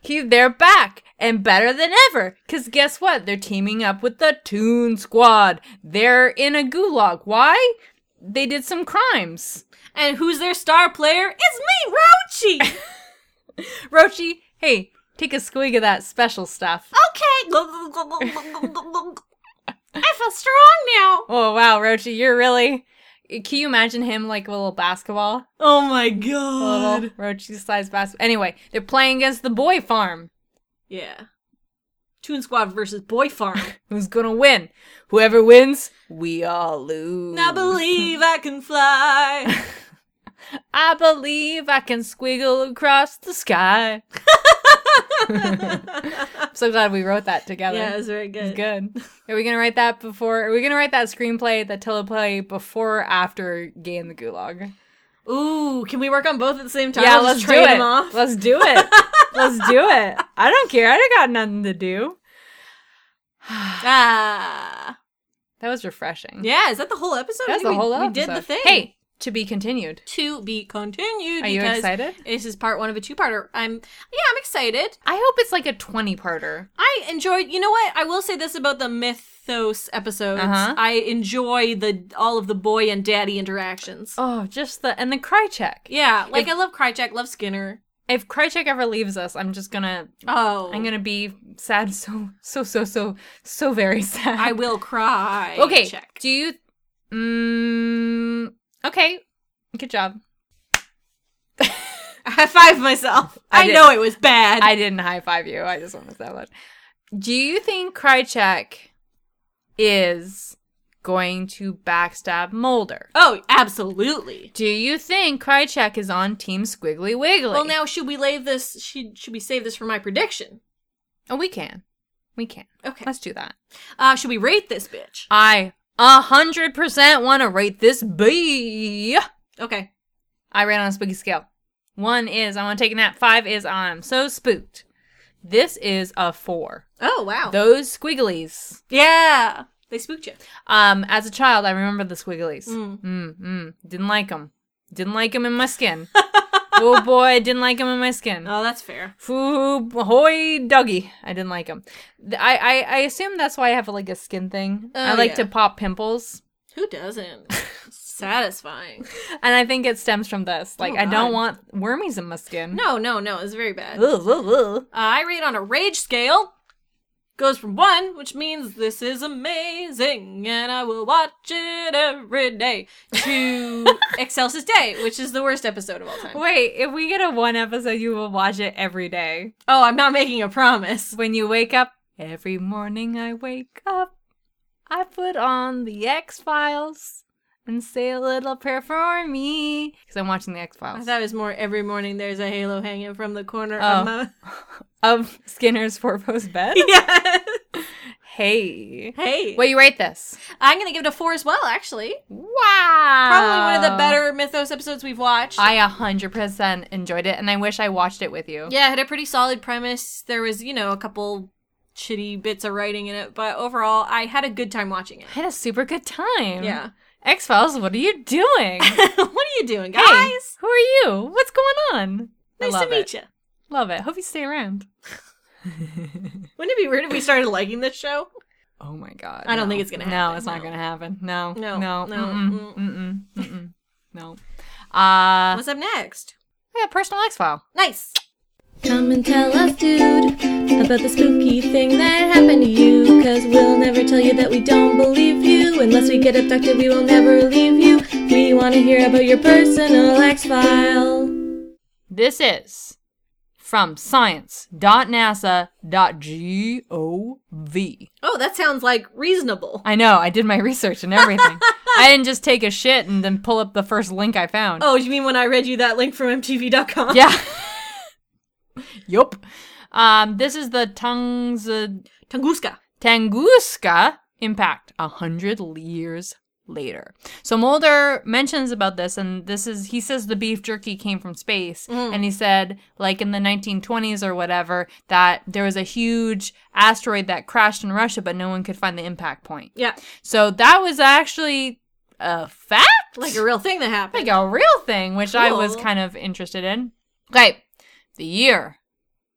Speaker 1: he they're back and better than ever. Cause guess what? They're teaming up with the Toon Squad. They're in a gulag. Why? They did some crimes.
Speaker 2: and who's their star player? It's me, Rochi.
Speaker 1: Rochi, hey, take a squeak of that special
Speaker 2: Oh,
Speaker 1: stuff.
Speaker 2: Okay. I feel strong now.
Speaker 1: Oh wow, Rochi, you're really. Can you imagine him like a little basketball,
Speaker 2: Oh my
Speaker 1: a little
Speaker 2: god.
Speaker 1: Rochi-sized basketball? Anyway, they're playing against the boy farm.
Speaker 2: Yeah. Toon Squad versus Boy Farm.
Speaker 1: Who's gonna win? Whoever wins, we all lose.
Speaker 2: I believe I can fly.
Speaker 1: I believe I can squiggle across the sky. I'm so glad we wrote that together.
Speaker 2: yeah, it was very
Speaker 1: It's
Speaker 2: good.
Speaker 1: good. Are we gonna write that before? Are we gonna write that screenplay, that teleplay, before or after Gay in the Gulag?
Speaker 2: Ooh, can we work on both at the same time?
Speaker 1: yeah,
Speaker 2: We'll
Speaker 1: let's
Speaker 2: just
Speaker 1: do
Speaker 2: trade
Speaker 1: it.
Speaker 2: 'em off.
Speaker 1: Let's do it. let's do it. I don't care. I don't got nothing to do.
Speaker 2: Ah.
Speaker 1: That was refreshing.
Speaker 2: Yeah, is that the whole episode? I
Speaker 1: that was the
Speaker 2: think we,
Speaker 1: whole
Speaker 2: We
Speaker 1: episode.
Speaker 2: did the thing.
Speaker 1: Hey, to be continued.
Speaker 2: To be continued.
Speaker 1: Are you
Speaker 2: because
Speaker 1: excited?
Speaker 2: This is part one of a two-parter. I'm, yeah, I'm excited.
Speaker 1: I hope it's like a twenty-parter.
Speaker 2: I enjoyed. You know what? I will say this about the Mythos episodes.
Speaker 1: Uh-huh.
Speaker 2: I enjoy the all of the boy and daddy interactions.
Speaker 1: Oh, just the and the cry check.
Speaker 2: Yeah, like I love Krychek, love Skinner.
Speaker 1: If cry check ever leaves us, I'm just gonna
Speaker 2: Oh,
Speaker 1: I'm gonna be sad. So so so so so very sad.
Speaker 2: I will cry.
Speaker 1: Okay.
Speaker 2: Check.
Speaker 1: Do you? Mm, okay. Good job.
Speaker 2: High five myself.
Speaker 1: I
Speaker 2: I,
Speaker 1: did.
Speaker 2: know it was bad.
Speaker 1: I didn't high five you. I just want to say that. Do you think Krychek is going to backstab Mulder?
Speaker 2: oh, absolutely.
Speaker 1: Do you think Krychek is on Team Squiggly Wiggly?
Speaker 2: Well, now should we lay this? Should should we save this for my prediction?
Speaker 1: oh, we can, we can.
Speaker 2: Okay.
Speaker 1: Let's do that.
Speaker 2: Uh, should we rate this bitch?
Speaker 1: I a hundred percent want to rate this B.
Speaker 2: Okay.
Speaker 1: I ran on a spooky scale. One is I want to take a nap. Five is I'm so spooked. This is a four.
Speaker 2: Oh wow.
Speaker 1: Those squigglies.
Speaker 2: yeah, they spooked you.
Speaker 1: Um, as a child, I remember the squigglies. Mm.
Speaker 2: Mm.
Speaker 1: Mm, Didn't like them. Didn't like them in my skin. oh boy, didn't like them in my skin.
Speaker 2: Oh, that's fair.
Speaker 1: Foo hoy doggy. I didn't like them. I, I I assume that's why I have like a skin thing. I
Speaker 2: Oh,
Speaker 1: like
Speaker 2: yeah.
Speaker 1: to pop pimples,
Speaker 2: Who doesn't? Satisfying.
Speaker 1: and I think it stems from this. Like
Speaker 2: Oh,
Speaker 1: I don't
Speaker 2: God.
Speaker 1: want wormies in my skin.
Speaker 2: No, no, no. It's very bad. Uh,
Speaker 1: Ugh, ugh, ugh.
Speaker 2: I rate on a rage scale. Goes from one, which means this is amazing and I will watch it every day, to Excelsis Day, which is the worst episode of all time.
Speaker 1: Wait, if we get a one episode, you will watch it every day.
Speaker 2: Oh, I'm not making a promise.
Speaker 1: When you wake up, every morning I wake up, I put on the X Files and say a little prayer for me. Because I'm watching the X
Speaker 2: I
Speaker 1: Files.
Speaker 2: thought it was more every morning there's a halo hanging from the corner
Speaker 1: Oh.
Speaker 2: of my.
Speaker 1: Of Skinner's four post bed.
Speaker 2: yeah.
Speaker 1: Hey.
Speaker 2: Hey.
Speaker 1: What do you rate this?
Speaker 2: I'm going to give it a four as well, actually.
Speaker 1: Wow.
Speaker 2: Probably one
Speaker 1: Uh,
Speaker 2: of the better Mythos episodes we've watched.
Speaker 1: I 100% enjoyed it, and I wish I watched it with you.
Speaker 2: yeah, it had a pretty solid premise. There was, you know, a couple shitty bits of writing in it, but overall, I had a good time watching it.
Speaker 1: I had a super good time.
Speaker 2: Yeah.
Speaker 1: X Files, what are you doing?
Speaker 2: what are you doing, guys?
Speaker 1: Hey, who are you? What's going on? I
Speaker 2: nice
Speaker 1: love
Speaker 2: to meet
Speaker 1: it.
Speaker 2: you.
Speaker 1: Love it. Hope you stay around.
Speaker 2: Wouldn't it be weird if we started liking this show?
Speaker 1: Oh my god.
Speaker 2: I don't
Speaker 1: no.
Speaker 2: think it's gonna
Speaker 1: No,
Speaker 2: happen,
Speaker 1: it's not
Speaker 2: no.
Speaker 1: gonna happen. No.
Speaker 2: No,
Speaker 1: No.
Speaker 2: no,
Speaker 1: Mm-mm.
Speaker 2: mm.
Speaker 1: Mm-mm. Mm-mm. No. Uh,
Speaker 2: What's up next?
Speaker 1: yeah, personal X File.
Speaker 2: Nice.
Speaker 3: Come and tell us, dude, about the spooky thing that happened to you. Cause we'll never tell you that we don't believe you. Unless we get abducted, we will never leave you. We want to hear about your personal X file.
Speaker 1: This is from science.nasa.gov.
Speaker 2: Oh, that sounds like reasonable.
Speaker 1: I know, I did my research and everything. I didn't just take a shit and then pull up the first link I found.
Speaker 2: Oh, you mean when I read you that link from MTV.com?
Speaker 1: Yeah. yup. Um, this is the Tongs
Speaker 2: Tunguska.
Speaker 1: Tunguska impact a hundred years later. So Mulder mentions about this, and this is he says the beef jerky came from space, and he said like in the 1920s or whatever that there was a huge asteroid that crashed in Russia, but no one could find the impact point.
Speaker 2: Yeah.
Speaker 1: So that was actually a fact,
Speaker 2: Like a real thing that happened.
Speaker 1: like a real thing, which I was
Speaker 2: Cool.
Speaker 1: kind of interested in. Okay, the year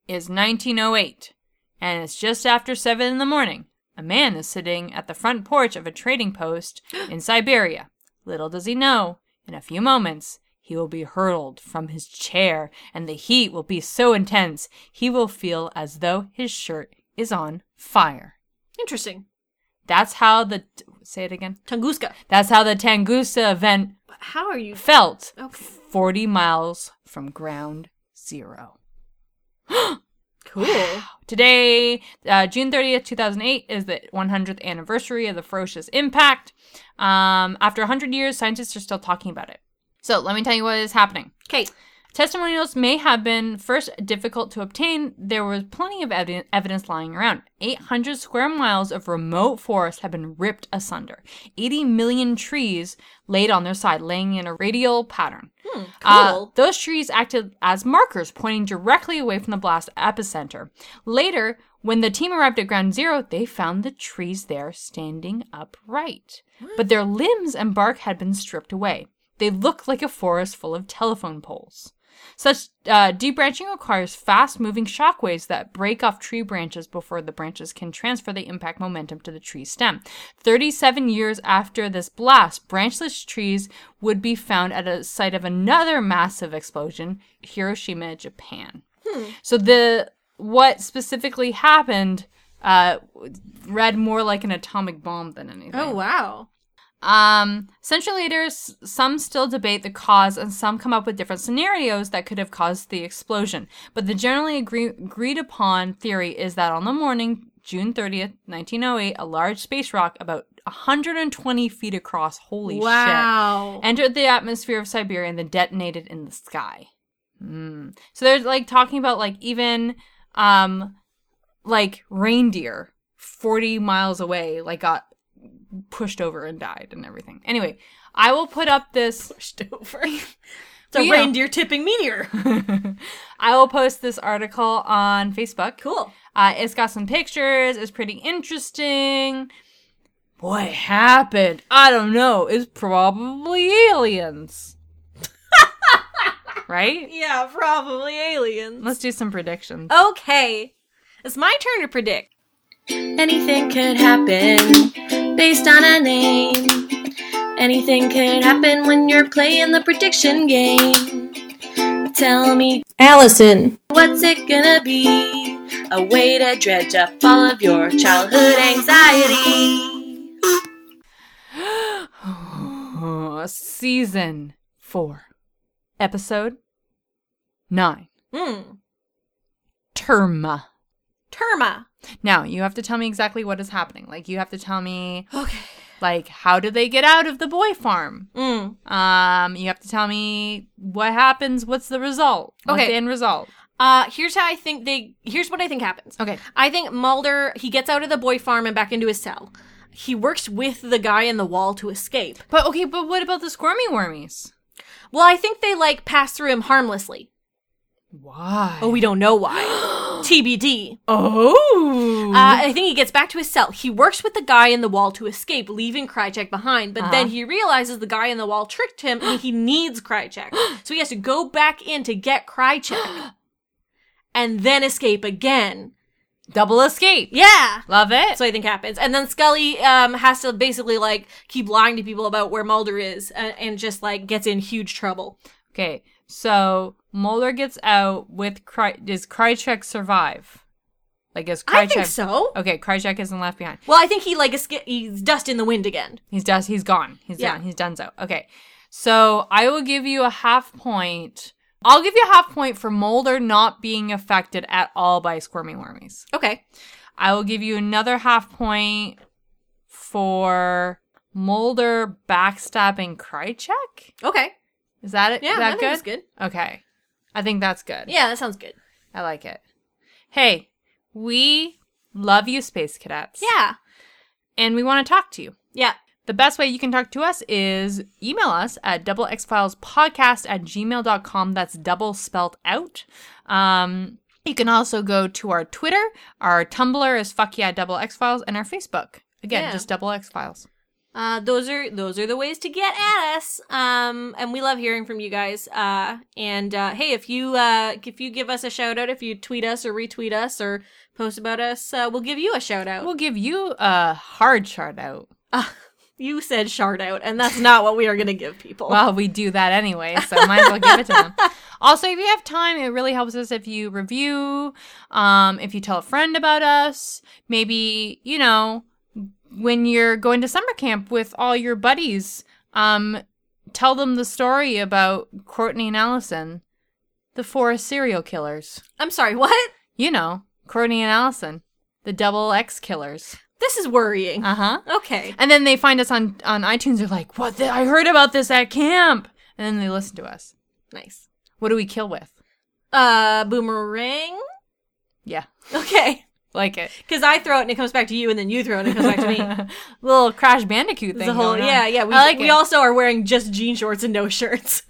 Speaker 1: is 1908, and it's just after 7 in the morning. A man is sitting at the front porch of a trading post in Siberia. Little does he know, in a few moments, he will be hurled from his chair, and the heat will be so intense he will feel as though his shirt is on fire.
Speaker 2: Interesting.
Speaker 1: That's how the. Say it again.
Speaker 2: Tunguska.
Speaker 1: That's how the Tangusa event
Speaker 2: But How are you?
Speaker 1: felt
Speaker 2: Okay.
Speaker 1: 40 miles from ground zero.
Speaker 2: Cool.
Speaker 1: Today, uh, June 30th, 2008, is the 100th anniversary of the ferocious impact. Um, after 100 years, scientists are still talking about it. So, let me tell you what is happening.
Speaker 2: Okay.
Speaker 1: Testimonials may have been first difficult to obtain. There was plenty of evi- evidence lying around. 800 square miles of remote forest had been ripped asunder. 80 million trees laid on their side, laying in a radial pattern.
Speaker 2: Cool.
Speaker 1: Uh, those trees acted as markers pointing directly away from the blast epicenter. Later, when the team arrived at ground zero, they found the trees there standing upright. But their limbs and bark had been stripped away. They looked like a forest full of telephone poles. Such uh, debranching requires fast moving shockwaves that break off tree branches before the branches can transfer the impact momentum to the tree stem. 37 years after this blast, branchless trees would be found at a site of another massive explosion, Hiroshima, Japan. So the what specifically happened uh, read more like an atomic bomb than anything.
Speaker 2: oh, wow.
Speaker 1: Um, century later, s- some still debate the cause and some come up with different scenarios that could have caused the explosion. But the generally agree- agreed upon theory is that on the morning, June 30th, 1908, a large space rock about 120 feet across, holy
Speaker 2: wow. Oh.
Speaker 1: shit, entered the atmosphere of Siberia and then detonated in the sky. Mm. So they're like talking about like even, um, like reindeer 40 miles away, like got pushed over and died and everything. Anyway, I will put up this
Speaker 2: Pushed over. it's
Speaker 1: But,
Speaker 2: a
Speaker 1: you know-
Speaker 2: reindeer tipping meteor.
Speaker 1: I will post this article on Facebook.
Speaker 2: cool.
Speaker 1: Uh, it's got some pictures. It's pretty interesting. What happened? I don't know. It's probably aliens. right?
Speaker 2: Yeah, probably aliens.
Speaker 1: Let's do some predictions.
Speaker 2: Okay. It's my turn to predict.
Speaker 3: Anything could happen based on a name. Anything could happen when you're playing the prediction game. Tell me, Allison, what's it gonna be? A way to dredge up all of your childhood anxiety.
Speaker 1: Season 4, Episode 9
Speaker 2: Mm.
Speaker 1: Terma.
Speaker 2: Terma.
Speaker 1: Now, you have to tell me exactly what is happening. Like, you have to tell me
Speaker 2: Okay.
Speaker 1: Like, how do they get out of the boy farm?
Speaker 2: Mm.
Speaker 1: Um, you have to tell me what happens. What's the result? What's
Speaker 2: Okay.
Speaker 1: the end result?
Speaker 2: Uh, here's how I think they. Here's what I think happens.
Speaker 1: Okay.
Speaker 2: I think Mulder he gets out of the boy farm and back into his cell. He works with the guy in the wall to escape.
Speaker 1: But okay, but what about the squirmy wormies?
Speaker 2: Well, I think they like pass through him harmlessly.
Speaker 1: Why?
Speaker 2: Oh, we don't know why. TBD.
Speaker 1: Oh.
Speaker 2: Uh, I think he gets back to his cell. He works with the guy in the wall to escape, leaving Krychek behind. But then he realizes the guy in the wall tricked him, and he needs Krychek, so he has to go back in to get Krychek, and then escape again.
Speaker 1: Double escape.
Speaker 2: Yeah.
Speaker 1: Love it.
Speaker 2: That's what I think happens. And then Scully um, has to basically like keep lying to people about where Mulder is and, and just like gets in huge trouble.
Speaker 1: okay, so Mulder gets out with Kry- does Krychek survive? Like is Krychek
Speaker 2: I think so.
Speaker 1: Okay, Krychek isn't left behind.
Speaker 2: Well, I think he like esca- he's dust in the wind again.
Speaker 1: He's does he's gone. He's
Speaker 2: Yeah.
Speaker 1: done. He's done so. Okay. So I will give you a half point. I'll give you a half point for Mulder not being affected at all by squirmy wormies.
Speaker 2: Okay.
Speaker 1: I will give you another half point for Mulder backstabbing Krychek.
Speaker 2: Okay.
Speaker 1: Is that it?
Speaker 2: Yeah,
Speaker 1: Is that
Speaker 2: I think
Speaker 1: good?
Speaker 2: it's good.
Speaker 1: Okay. I think that's good.
Speaker 2: Yeah, that sounds good.
Speaker 1: I like it. Hey, we love you, space cadets.
Speaker 2: Yeah.
Speaker 1: And we want to talk to you.
Speaker 2: Yeah.
Speaker 1: The best way you can talk to us is email us at double X Files podcast at gmail.com. That's double spelt out. Um, you can also go to our Twitter. Our Tumblr is fuck yeah double X Files and our Facebook. Again,
Speaker 2: Yeah.
Speaker 1: just double X Files.
Speaker 2: Uh, those are those are the ways to get at us. Um, and we love hearing from you guys. Uh, and uh, hey, if you uh, if you give us a shout out, if you tweet us or retweet us or post about us, uh, we'll give you a shout out.
Speaker 1: We'll give you a hard shout out.
Speaker 2: you said shout out, and that's not what we are going to give people.
Speaker 1: Well, we do that anyway, so might as well give it to them. Also, if you have time, it really helps us if you review, um, if you tell a friend about us. Maybe, you know, when you're going to summer camp with all your buddies, um, tell them the story about Courtney and Allison, the four serial killers.
Speaker 2: I'm sorry. What?
Speaker 1: You know, Courtney and Allison, the double X killers.
Speaker 2: This is worrying.
Speaker 1: Uh huh.
Speaker 2: okay.
Speaker 1: And then they find us on, on iTunes. They're like, what? The- I heard about this at camp. And then they listen to us.
Speaker 2: Nice.
Speaker 1: What do we kill with?
Speaker 2: Uh, boomerang.
Speaker 1: Yeah,
Speaker 2: Okay.
Speaker 1: like it.
Speaker 2: Because I throw it and it comes back to you, and then you throw it and it comes back to me.
Speaker 1: Little Crash Bandicoot thing.
Speaker 2: There's a whole,
Speaker 1: going on.
Speaker 2: yeah, yeah. We,
Speaker 1: I like
Speaker 2: we
Speaker 1: it.
Speaker 2: also are wearing just jean shorts and no shirts,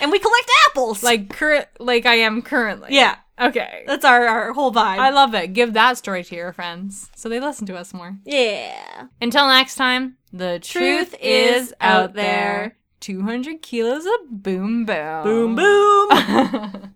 Speaker 2: and we collect apples.
Speaker 1: like current, like I am currently.
Speaker 2: yeah,
Speaker 1: Okay.
Speaker 2: that's our our whole vibe.
Speaker 1: I love it. Give that story to your friends so they listen to us more.
Speaker 2: yeah.
Speaker 1: Until next time, the truth, is out there. 200 kilos of boom boom.
Speaker 2: boom.
Speaker 1: boom.